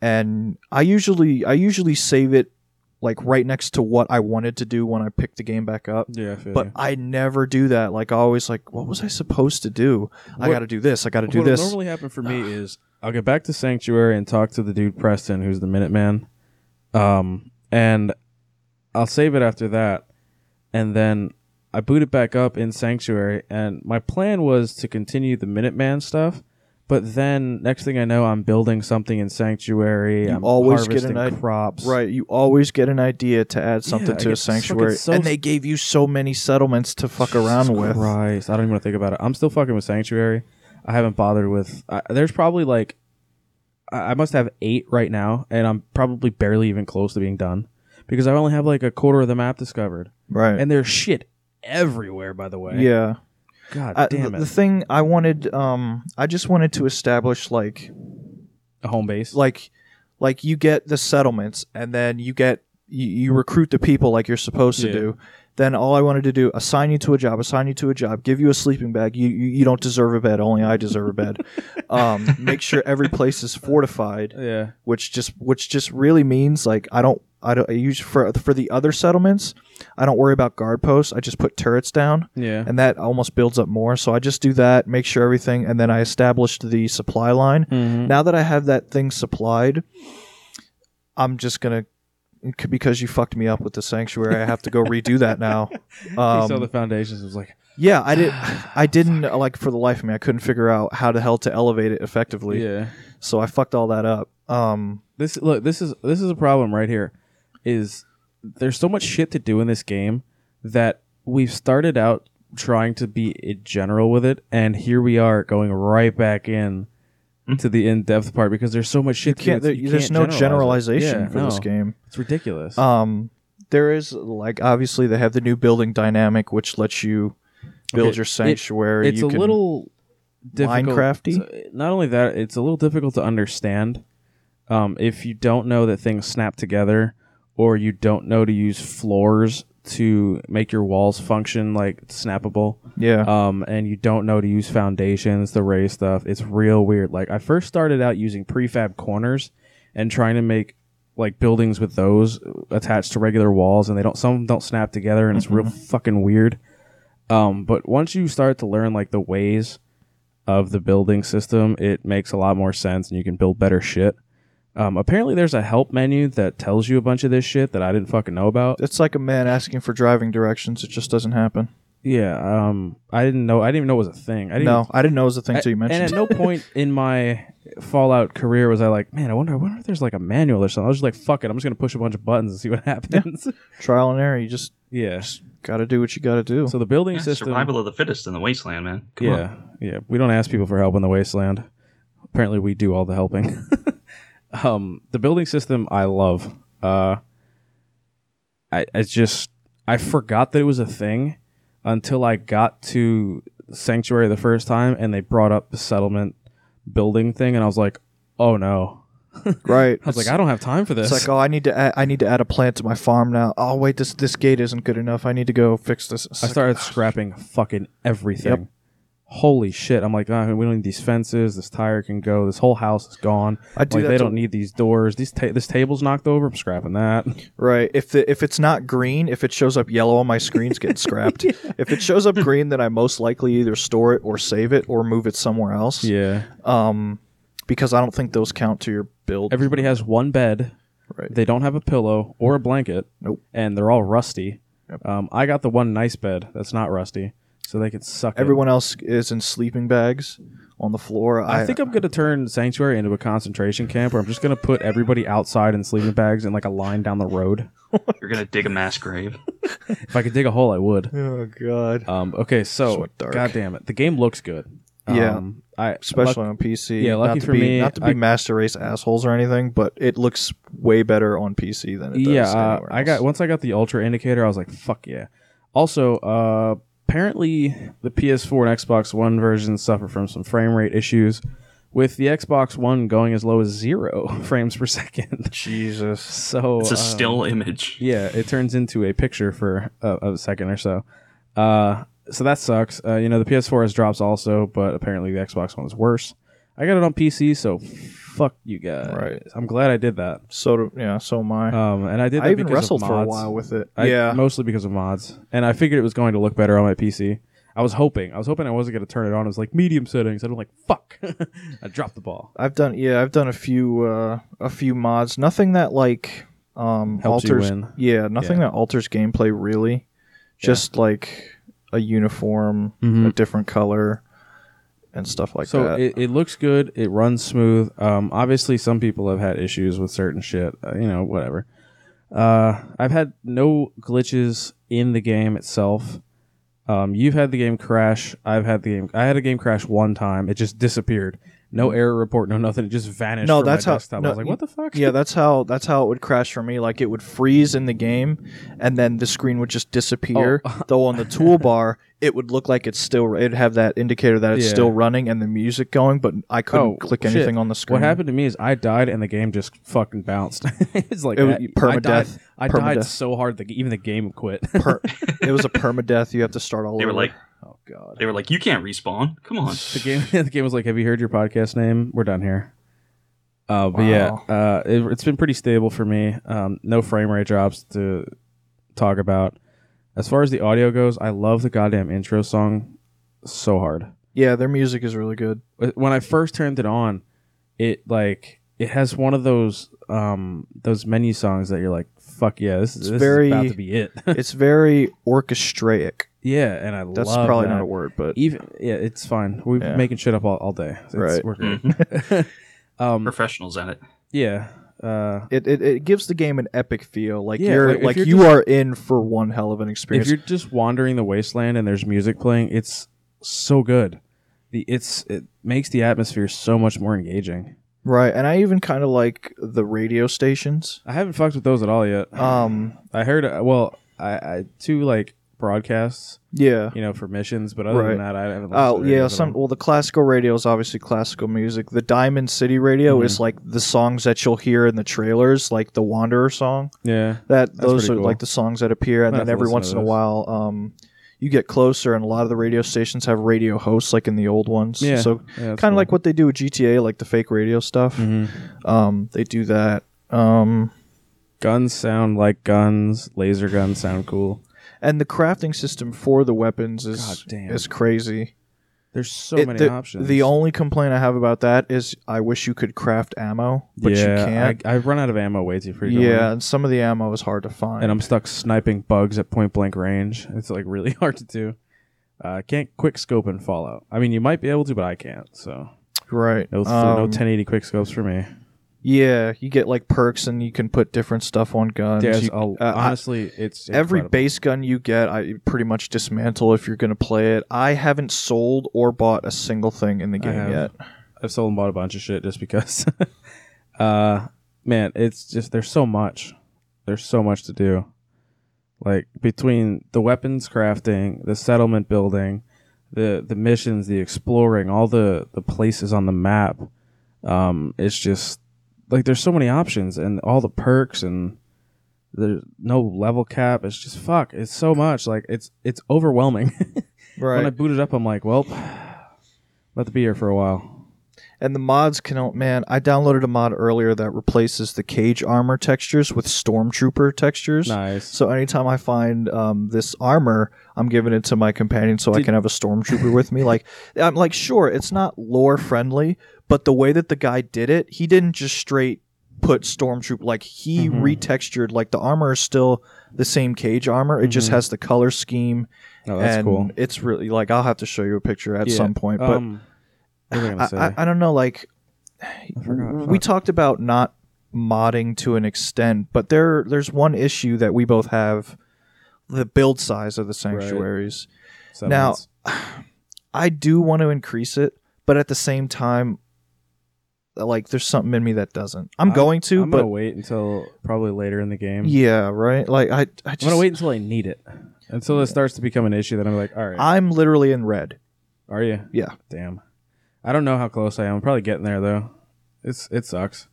S1: and i usually i usually save it like right next to what i wanted to do when i picked the game back up
S2: yeah, I feel
S1: but
S2: you.
S1: I never do that. Like I always like, what was I supposed to do? I
S2: What-
S1: got to do this. I got to do
S2: what
S1: this.
S2: normally happen for me is I'll get back to Sanctuary and talk to the dude Preston, who's the Minuteman, um, and I'll save it after that, and then I booted back up in Sanctuary, and my plan was to continue the Minuteman stuff. But then, next thing I know, I'm building something in Sanctuary.
S1: You
S2: I'm
S1: always get
S2: harvesting
S1: an idea-
S2: crops.
S1: Right, you always get an idea to add
S2: Yeah,
S1: something
S2: I
S1: to a
S2: get fucking
S1: sanctuary,
S2: so-
S1: and they gave you so many settlements to fuck around with.
S2: Christ, I don't even want to think about it. I'm still fucking with Sanctuary. I haven't bothered with. I there's probably like, I I must have eight right now, and I'm probably barely even close to being done because I only have like a quarter of the map discovered,
S1: Right.
S2: and there's shit everywhere. By the way,
S1: yeah.
S2: God
S1: I,
S2: damn
S1: Uh, the,
S2: it,
S1: the thing I wanted, um, I just wanted to establish like,
S2: a home base.
S1: like, like you get the settlements, and then you get you, you recruit the people like you're supposed to
S2: Yeah.
S1: do. Then all I wanted to do assign you to a job, assign you to a job, give you a sleeping bag. You you, you don't deserve a bed, only I deserve a bed. um, make sure every place is fortified.
S2: yeah,
S1: which just which just really means like I don't I don't I use for for the other settlements I don't worry about guard posts I just put turrets down
S2: yeah.
S1: and that almost builds up more so I just do that make sure everything and then I established the supply line
S2: Mhm.
S1: now that I have that thing supplied I'm just gonna because you fucked me up with the sanctuary I have to go redo that now
S2: He
S1: um,
S2: saw the foundations. and Was like,
S1: yeah I did I didn't like for the life of me I couldn't figure out how the hell to elevate it effectively
S2: yeah.
S1: so I fucked all that up um
S2: This look, this is this is a problem right here. Is there's so much shit to do in this game that we've started out trying to be in general with it, and here we are going right back in to the in-depth part because there's so much shit. to do,
S1: Mm-hmm. can't, there,
S2: it's- you
S1: there's
S2: can't
S1: no
S2: generalize it.
S1: generalization
S2: Yeah,
S1: for this
S2: no.
S1: game.
S2: It's ridiculous.
S1: Um, there is like obviously they have the new building dynamic, which lets you build
S2: Okay,
S1: your
S2: it-
S1: sanctuary.
S2: it's
S1: you
S2: a
S1: can-
S2: little difficult.
S1: Minecrafty?
S2: it's- Not only that, it's a little difficult to understand um, if you don't know that things snap together, or you don't know to use floors to make your walls function like snappable,
S1: yeah,
S2: um, and you don't know to use foundations to raise stuff. It's real weird. Like I first started out using prefab corners and trying to make like buildings with those attached to regular walls and they don't some don't snap together and it's real fucking weird um, but once you start to learn like the ways of the building system, it makes a lot more sense, and you can build better shit. Um, apparently, there's a help menu that tells you a bunch of this shit that I didn't fucking know about.
S1: it's like a man asking for driving directions. It just doesn't happen.
S2: Yeah, um, I didn't know. I didn't even know it was a thing. I didn't
S1: No, I didn't know it was a thing
S2: I-
S1: until you mentioned.
S2: And
S1: it.
S2: at no point in my Fallout career was I like, man, I wonder, I wonder if there's like a manual or something. I was just like, fuck it, I'm just gonna push a bunch of buttons and see what happens.
S1: Trial and error. You just
S2: Yeah.
S1: got to do what you got to do.
S2: So the building
S3: Yeah,
S2: system.
S3: survival of the fittest in the wasteland, man. Come on.
S2: yeah, yeah. We don't ask people for help in the wasteland. Apparently, we do all the helping. um, the building system I love. Uh, I, I just I forgot that it was a thing until I got to Sanctuary the first time, and they brought up the settlement building thing, and I was like, oh no.
S1: right.
S2: I was
S1: it's,
S2: like, I don't have time for this.
S1: it's like, oh, I need to add, I need to add a plant to my farm now. Oh wait, this this gate isn't good enough. I need to go fix this. It's
S2: I
S1: like,
S2: started scrapping fucking everything. Holy shit! I'm like, ah, we don't need these fences. This tire can go. This whole house is gone.
S1: I do
S2: like,
S1: that
S2: they
S1: to-
S2: don't need these doors. These ta- this table's knocked over. I'm scrapping that.
S1: Right. If the, if it's not green, if it shows up yellow on my screen, it's getting scrapped. If it shows up green, then I most likely either store it or save it or move it somewhere else.
S2: Yeah.
S1: Um, because I don't think those count to your build.
S2: Everybody has one bed.
S1: Right.
S2: They don't have a pillow or a blanket.
S1: Nope.
S2: And they're all rusty.
S1: Yep.
S2: Um, I got the one nice bed that's not rusty, so they can suck. it.
S1: Everyone else is in sleeping bags on the floor. I,
S2: I think I'm gonna turn Sanctuary into a concentration camp where I'm just gonna put everybody outside in sleeping bags in like a line down the road.
S3: You're gonna dig a mass grave.
S2: If I could dig a hole, I would.
S1: Oh God.
S2: Um, okay, so
S1: went dark.
S2: god damn it, the game looks good.
S1: Yeah.
S2: Um, I
S1: Especially
S2: luck-
S1: on PC.
S2: yeah, lucky
S1: not to
S2: for
S1: be,
S2: me,
S1: Not to be
S2: I-
S1: master race assholes or anything, but it looks way better on PC than it does.
S2: yeah, uh,
S1: anywhere
S2: I got
S1: else.
S2: once I got the ultra indicator, I was like, fuck yeah. Also, uh, apparently the PS4 and Xbox One versions suffer from some frame rate issues, with the Xbox One going as low as zero frames per second.
S1: Jesus.
S2: so
S3: It's a
S2: uh,
S3: still image.
S2: yeah, it turns into a picture for a, a second or so. Uh, so that sucks. Uh, you know, the PS4 has drops also, but apparently the Xbox One is worse. I got it on PC, so fuck you guys.
S1: Right.
S2: I'm glad I did that.
S1: So do, yeah, so am I.
S2: Um, and I did. That
S1: I even
S2: because
S1: wrestled
S2: of
S1: for a
S2: mods.
S1: while with it.
S2: I-
S1: yeah.
S2: mostly because of mods, and I figured it was going to look better on my PC. I was hoping. I was hoping I wasn't going to turn it on. It was like medium settings. I don't like fuck. I dropped the ball.
S1: I've done yeah, I've done a few uh a few mods. Nothing that like um
S2: Helps you
S1: alters
S2: win.
S1: yeah, nothing that alters gameplay really. Just like a uniform,
S2: Mm-hmm.
S1: a different color, and stuff like
S2: so
S1: that.
S2: it, it looks good. It runs smooth. Um, obviously, some people have had issues with certain shit. uh, you know, whatever. Uh, I've had no glitches in the game itself. Um, you've had the game crash. I've had the game. I had a game crash one time. It just disappeared. No error report. No nothing. It just vanished.
S1: No,
S2: from
S1: that's
S2: my
S1: how-
S2: Desktop.
S1: no,
S2: I was like, what the fuck?
S1: yeah, that's how that's how it would crash for me. Like it would freeze in the game, and then the screen would just disappear.
S2: Oh.
S1: Though on the toolbar, it would look like it's still. It'd have that indicator that it's
S2: Yeah.
S1: still running and the music going, but I couldn't
S2: Oh,
S1: click
S2: shit.
S1: anything on the screen.
S2: What happened to me is I died and the game just fucking bounced. it's like
S1: It was
S2: that. I died,
S1: permadeath.
S2: I died
S1: Permadeath.
S2: so hard that even the game quit.
S1: Per- it was a permadeath. You have to start all
S3: They
S1: over.
S3: were like,
S2: oh god.
S3: they were like, you can't respawn. Come on.
S2: the game the game was like, "Have you heard your podcast name? We're done here." Uh, but
S1: Wow.
S2: yeah, uh, it, it's been pretty stable for me. Um, no frame rate drops to talk about. As far as the audio goes, I love the goddamn intro song so hard. Uh,
S1: yeah, their music is really good.
S2: When I first turned it on, it like it has one of those um those menu songs that you're like, "Fuck yeah, this, is this
S1: very-
S2: is about to be it."
S1: It's very orchestraic.
S2: yeah, and I
S1: That's
S2: love
S1: probably
S2: that.
S1: not a word, but
S2: even yeah, it's fine. We've
S1: Yeah.
S2: been making shit up all, all day. It's,
S1: Right.
S2: We're
S3: Mm.
S2: great. um,
S3: Mm-hmm. Professionals at it.
S2: Yeah. Uh,
S1: it, it, it gives the game an epic feel. Like
S2: Yeah,
S1: you're
S2: like,
S1: like,
S2: if you're
S1: you
S2: just-
S1: are in for one hell of an
S2: if
S1: experience.
S2: you're just wandering the wasteland and there's music playing, it's so good. The it's it makes the atmosphere so much more engaging.
S1: Right, and I even kind of like the radio stations.
S2: I haven't fucked with those at all yet.
S1: Um,
S2: I heard uh, well, I, I two like broadcasts,
S1: yeah.
S2: you know, for missions, but other
S1: Right.
S2: than that, I haven't. listened
S1: Oh
S2: to the radio
S1: yeah,
S2: at
S1: some
S2: all.
S1: well the classical radio is obviously classical music. The Diamond City radio
S2: Mm-hmm.
S1: is like the songs that you'll hear in the trailers, like the Wanderer song.
S2: Yeah,
S1: That
S2: That's
S1: those are
S2: pretty cool.
S1: like the songs that appear, and
S2: Might have
S1: then
S2: to
S1: every
S2: listen
S1: once
S2: to
S1: in a
S2: those.
S1: while, um, you get closer, and a lot of the radio stations have radio hosts, like in the old ones.
S2: yeah.
S1: So kind of like what they do with GTA, like the fake radio stuff.
S2: hmm
S1: Um, they do that. Um,
S2: Guns sound like guns. Laser guns sound cool.
S1: and the crafting system for the weapons
S2: God
S1: is
S2: damn.
S1: is crazy.
S2: There's so
S1: It-
S2: many
S1: the,
S2: options.
S1: The only complaint I have about that is I wish you could craft ammo, but
S2: yeah,
S1: you can't.
S2: I, I've run out of ammo way too frequently.
S1: yeah, and some of the ammo is hard to find.
S2: and um, I'm stuck sniping bugs at point blank range. It's like really hard to do. Uh, I can't quick scope and Fallout. I mean, you might be able to, but I can't. So
S1: right.
S2: no, no
S1: Um,
S2: 1080 quick scopes for me.
S1: Yeah, you get like perks, and you can put different stuff on guns.
S2: There's
S1: You-
S2: a,
S1: uh, I-
S2: honestly, it's
S1: every
S2: incredible.
S1: base gun you get, I pretty much dismantle if you're going to play it. I haven't sold or bought a single thing in the game
S2: have.
S1: yet.
S2: I've sold and bought a bunch of shit just because. uh, man, it's just there's so much. There's so much to do. Like between the weapons crafting, the settlement building, the the missions, the exploring, all the the places on the map. Um, it's just like there's so many options and all the perks and there's no level cap. It's just fuck. It's so much. Like it's it's overwhelming.
S1: Right.
S2: when I boot it up, I'm like, well, about to be here for a while.
S1: And the mods can, o- man, I downloaded a mod earlier that replaces the cage armor textures with stormtrooper textures.
S2: Nice.
S1: So anytime I find um, this armor, I'm giving it to my companion so I
S2: Did-
S1: can have a stormtrooper with me. Like I'm like, sure, it's not lore friendly, but the way that the guy did it, he didn't just straight put stormtrooper. Like he
S2: Mhm.
S1: retextured. Like the armor is still the same cage armor. It just
S2: Mhm.
S1: has the color scheme,
S2: Oh, that's
S1: and
S2: cool.
S1: it's really like I'll have to show you a picture at
S2: Yeah,
S1: some point. But
S2: um, what was I gonna
S1: I,
S2: say?
S1: I, I don't know. Like
S2: I forgot.
S1: we
S2: Fuck.
S1: talked about not modding to an extent, but there there's one issue that we both have the build size of the sanctuaries.
S2: Seven
S1: now-
S2: minutes.
S1: I do want to increase it, but at the same time like there's something in me that doesn't. I'm
S2: I-
S1: going to,
S2: I'm
S1: but
S2: gonna wait until probably later in the game.
S1: yeah, right? Like I I
S2: I'm
S1: just
S2: gonna wait until I need it. Until it starts to become an issue, then I'm like, all right,
S1: I'm literally in red.
S2: are you?
S1: Yeah.
S2: Damn. I don't know how close I am. I'm probably getting there though. It's it sucks,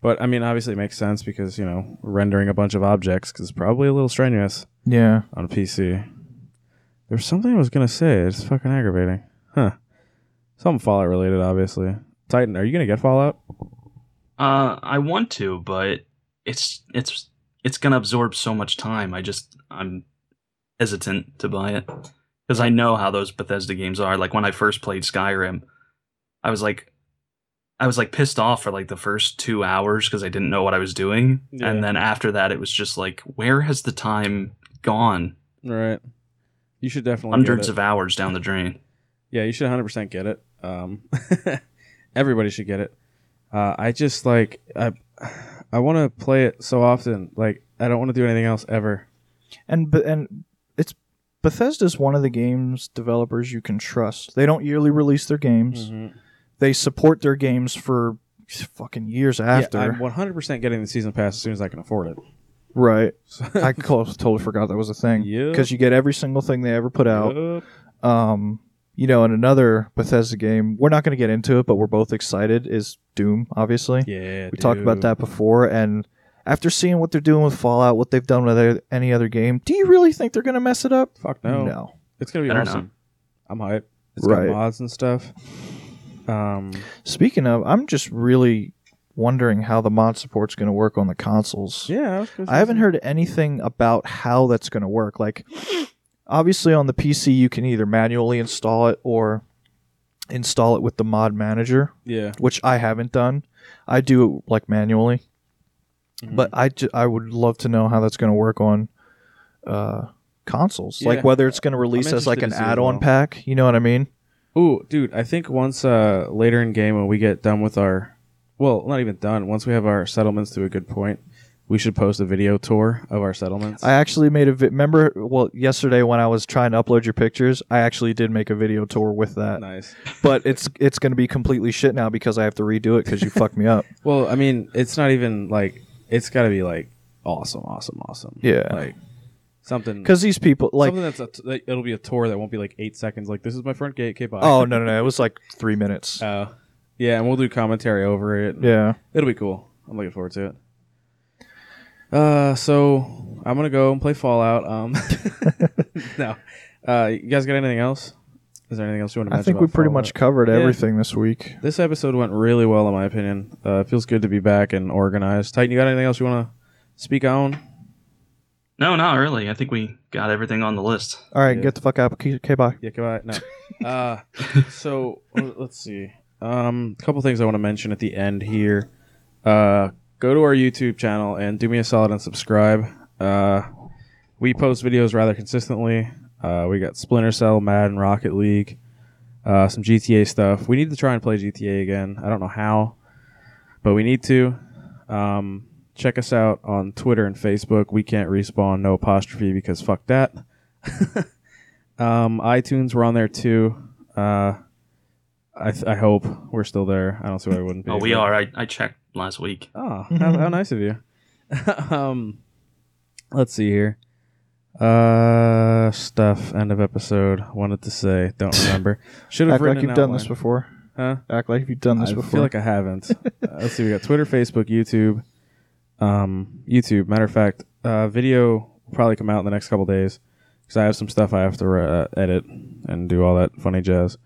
S2: but I mean, obviously it makes sense because you know rendering a bunch of objects is probably a little strenuous
S1: Yeah.
S2: on a PC. There was something I was gonna say. It's fucking aggravating, huh? Something Fallout related, obviously. Titan, are you gonna get Fallout?
S3: Uh, I want to, but it's it's it's gonna absorb so much time. I just I'm hesitant to buy it because I know how those Bethesda games are. Like when I first played Skyrim, I was like, I was like pissed off for like the first two hours because I didn't know what I was doing,
S2: Yeah.
S3: and then after that, it was just like, where has the time gone?
S2: Right. You should definitely
S3: hundreds
S2: get it.
S3: of hours down the drain.
S2: Yeah, you should 100% get it. Um, everybody should get it. Uh, I just like I I want to play it so often. Like I don't want to do anything else ever.
S1: And but and it's Bethesda's one of the games developers you can trust. They don't yearly release their games.
S2: Mm-hmm.
S1: They support their games for fucking years after.
S2: Yeah, I'm 100% getting the season pass as soon as I can afford it.
S1: right.
S2: So-
S1: I cl- totally forgot that was a thing.
S2: Yep.
S1: Because you get every single thing they ever put out.
S2: Yup.
S1: um you know in another bethesda game we're not going to get into it but we're both excited is doom obviously
S2: Yeah,
S1: we talked about that before and after seeing what they're doing with fallout what they've done with other- any other game do you really think they're going to mess it up
S2: Fuck no. It's gonna be
S3: I don't
S2: awesome. I'm hyped. It's
S1: Right.
S2: got mods and stuff. Um,
S1: speaking of i'm just really wondering how the mod support's going to work on the consoles
S2: yeah, I, was gonna
S1: I
S2: say
S1: haven't
S2: something.
S1: heard anything about how that's going to work. Like, obviously, on the PC, you can either manually install it or install it with the mod manager,
S2: Yeah,
S1: which I haven't done. I do it like manually,
S2: Mhm.
S1: but I, ju- I would love to know how that's going to work on uh, consoles.
S2: Yeah.
S1: Like whether it's going to release as like
S2: interested
S1: an
S2: to see as
S1: add-on
S2: well.
S1: pack. You know what I mean?
S2: Ooh, dude, I think once uh later in game when we get done with our well, not even done, once we have our settlements to a good point, we should post a video tour of our settlements.
S1: I actually made a vi- remember. Well, yesterday when I was trying to upload your pictures, I actually did make a video tour with that.
S2: nice.
S1: But it's it's going to be completely shit now because I have to redo it because you fucked me up.
S2: Well, I mean, it's not even like it's got to be like awesome, awesome, awesome.
S1: Yeah.
S2: Like something
S1: Because these people like.
S2: something that's a t- that it'll be a tour that won't be like 8 seconds like this is my front gate, okay, bye.
S1: Oh no no no! It was like three minutes.
S2: Uh, yeah, and we'll do commentary over it.
S1: Yeah.
S2: It'll be cool. I'm looking forward to it. Uh, so I'm gonna go and play Fallout. Um, no, uh, you guys got anything else? Is there anything else you want to
S1: I
S2: mention?
S1: think we
S2: about
S1: pretty
S2: Fallout?
S1: much covered
S2: Yeah.
S1: everything this week.
S2: this episode went really well, in my opinion. Uh, it feels good to be back and organized. Titan, you got anything else you want to speak on?
S3: No, not really. I think we got everything on the list.
S1: All right,
S2: Yeah.
S1: get the fuck out. Okay, bye.
S2: Yeah, goodbye. No. Uh, so l- let's see. Um, a couple things I want to mention at the end here. Uh, go to our YouTube channel and do me a solid and subscribe. Uh, we post videos rather consistently. Uh, we got Splinter Cell, Madden, Rocket League, uh, some GTA stuff. We need to try and play GTA again. I don't know how, but we need to. Um, check us out on Twitter and Facebook. We can't respawn, no apostrophe because fuck that. Um, iTunes, we're on there too. Uh, I, th- I hope we're still there. I don't see why I wouldn't be.
S3: Oh, we are. I, I checked last week.
S2: Oh, how, how nice of you. um, let's see here. Uh, stuff. End of episode. Wanted to say. Don't remember. Should have
S1: Act
S2: written
S1: like
S2: an
S1: you've done this
S2: outline.
S1: before.
S2: Huh?
S1: Act like you've done this
S2: I
S1: before.
S2: feel like I haven't. uh, let's see. We got Twitter, Facebook, YouTube. Um, YouTube. Matter of fact, uh, video will probably come out in the next couple days because I have some stuff I have to uh, edit and do all that funny jazz.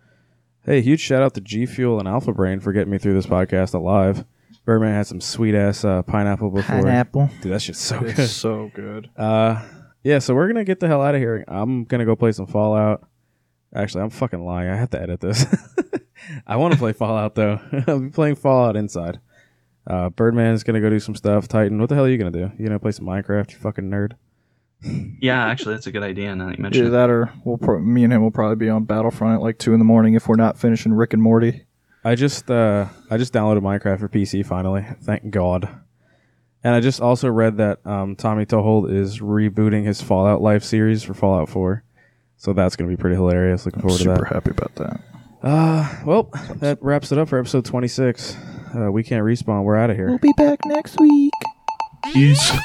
S2: Hey, huge shout out to G Fuel and Alpha Brain for getting me through this podcast alive. Birdman had some sweet ass uh, pineapple before. Dude, that shit's so
S1: It's
S2: good.
S1: so good.
S2: Uh, yeah, so we're gonna get the hell out of here. I'm gonna go play some Fallout. Actually, I'm fucking lying. I have to edit this. I want to play Fallout though. I'll be playing Fallout inside. Uh, Birdman's gonna go do some stuff. Titan, what the hell are you gonna do? You gonna play some Minecraft? You fucking nerd.
S3: Yeah, actually, that's a good idea. Now that you mentioned
S1: Either
S3: it.
S1: that or we'll pro- me and him will probably be on Battlefront at like two in the morning if we're not finishing Rick and Morty.
S2: I just uh, I just downloaded Minecraft for PC finally. Thank God. And I just also read that um, Tommy Tohold is rebooting his Fallout Life series for Fallout 4. So that's gonna be pretty hilarious. Looking forward to that.
S1: Super happy about that.
S2: Uh, well, that wraps it up for episode 26. Uh, we can't respawn. We're out of here.
S1: be back next week.
S3: Peace.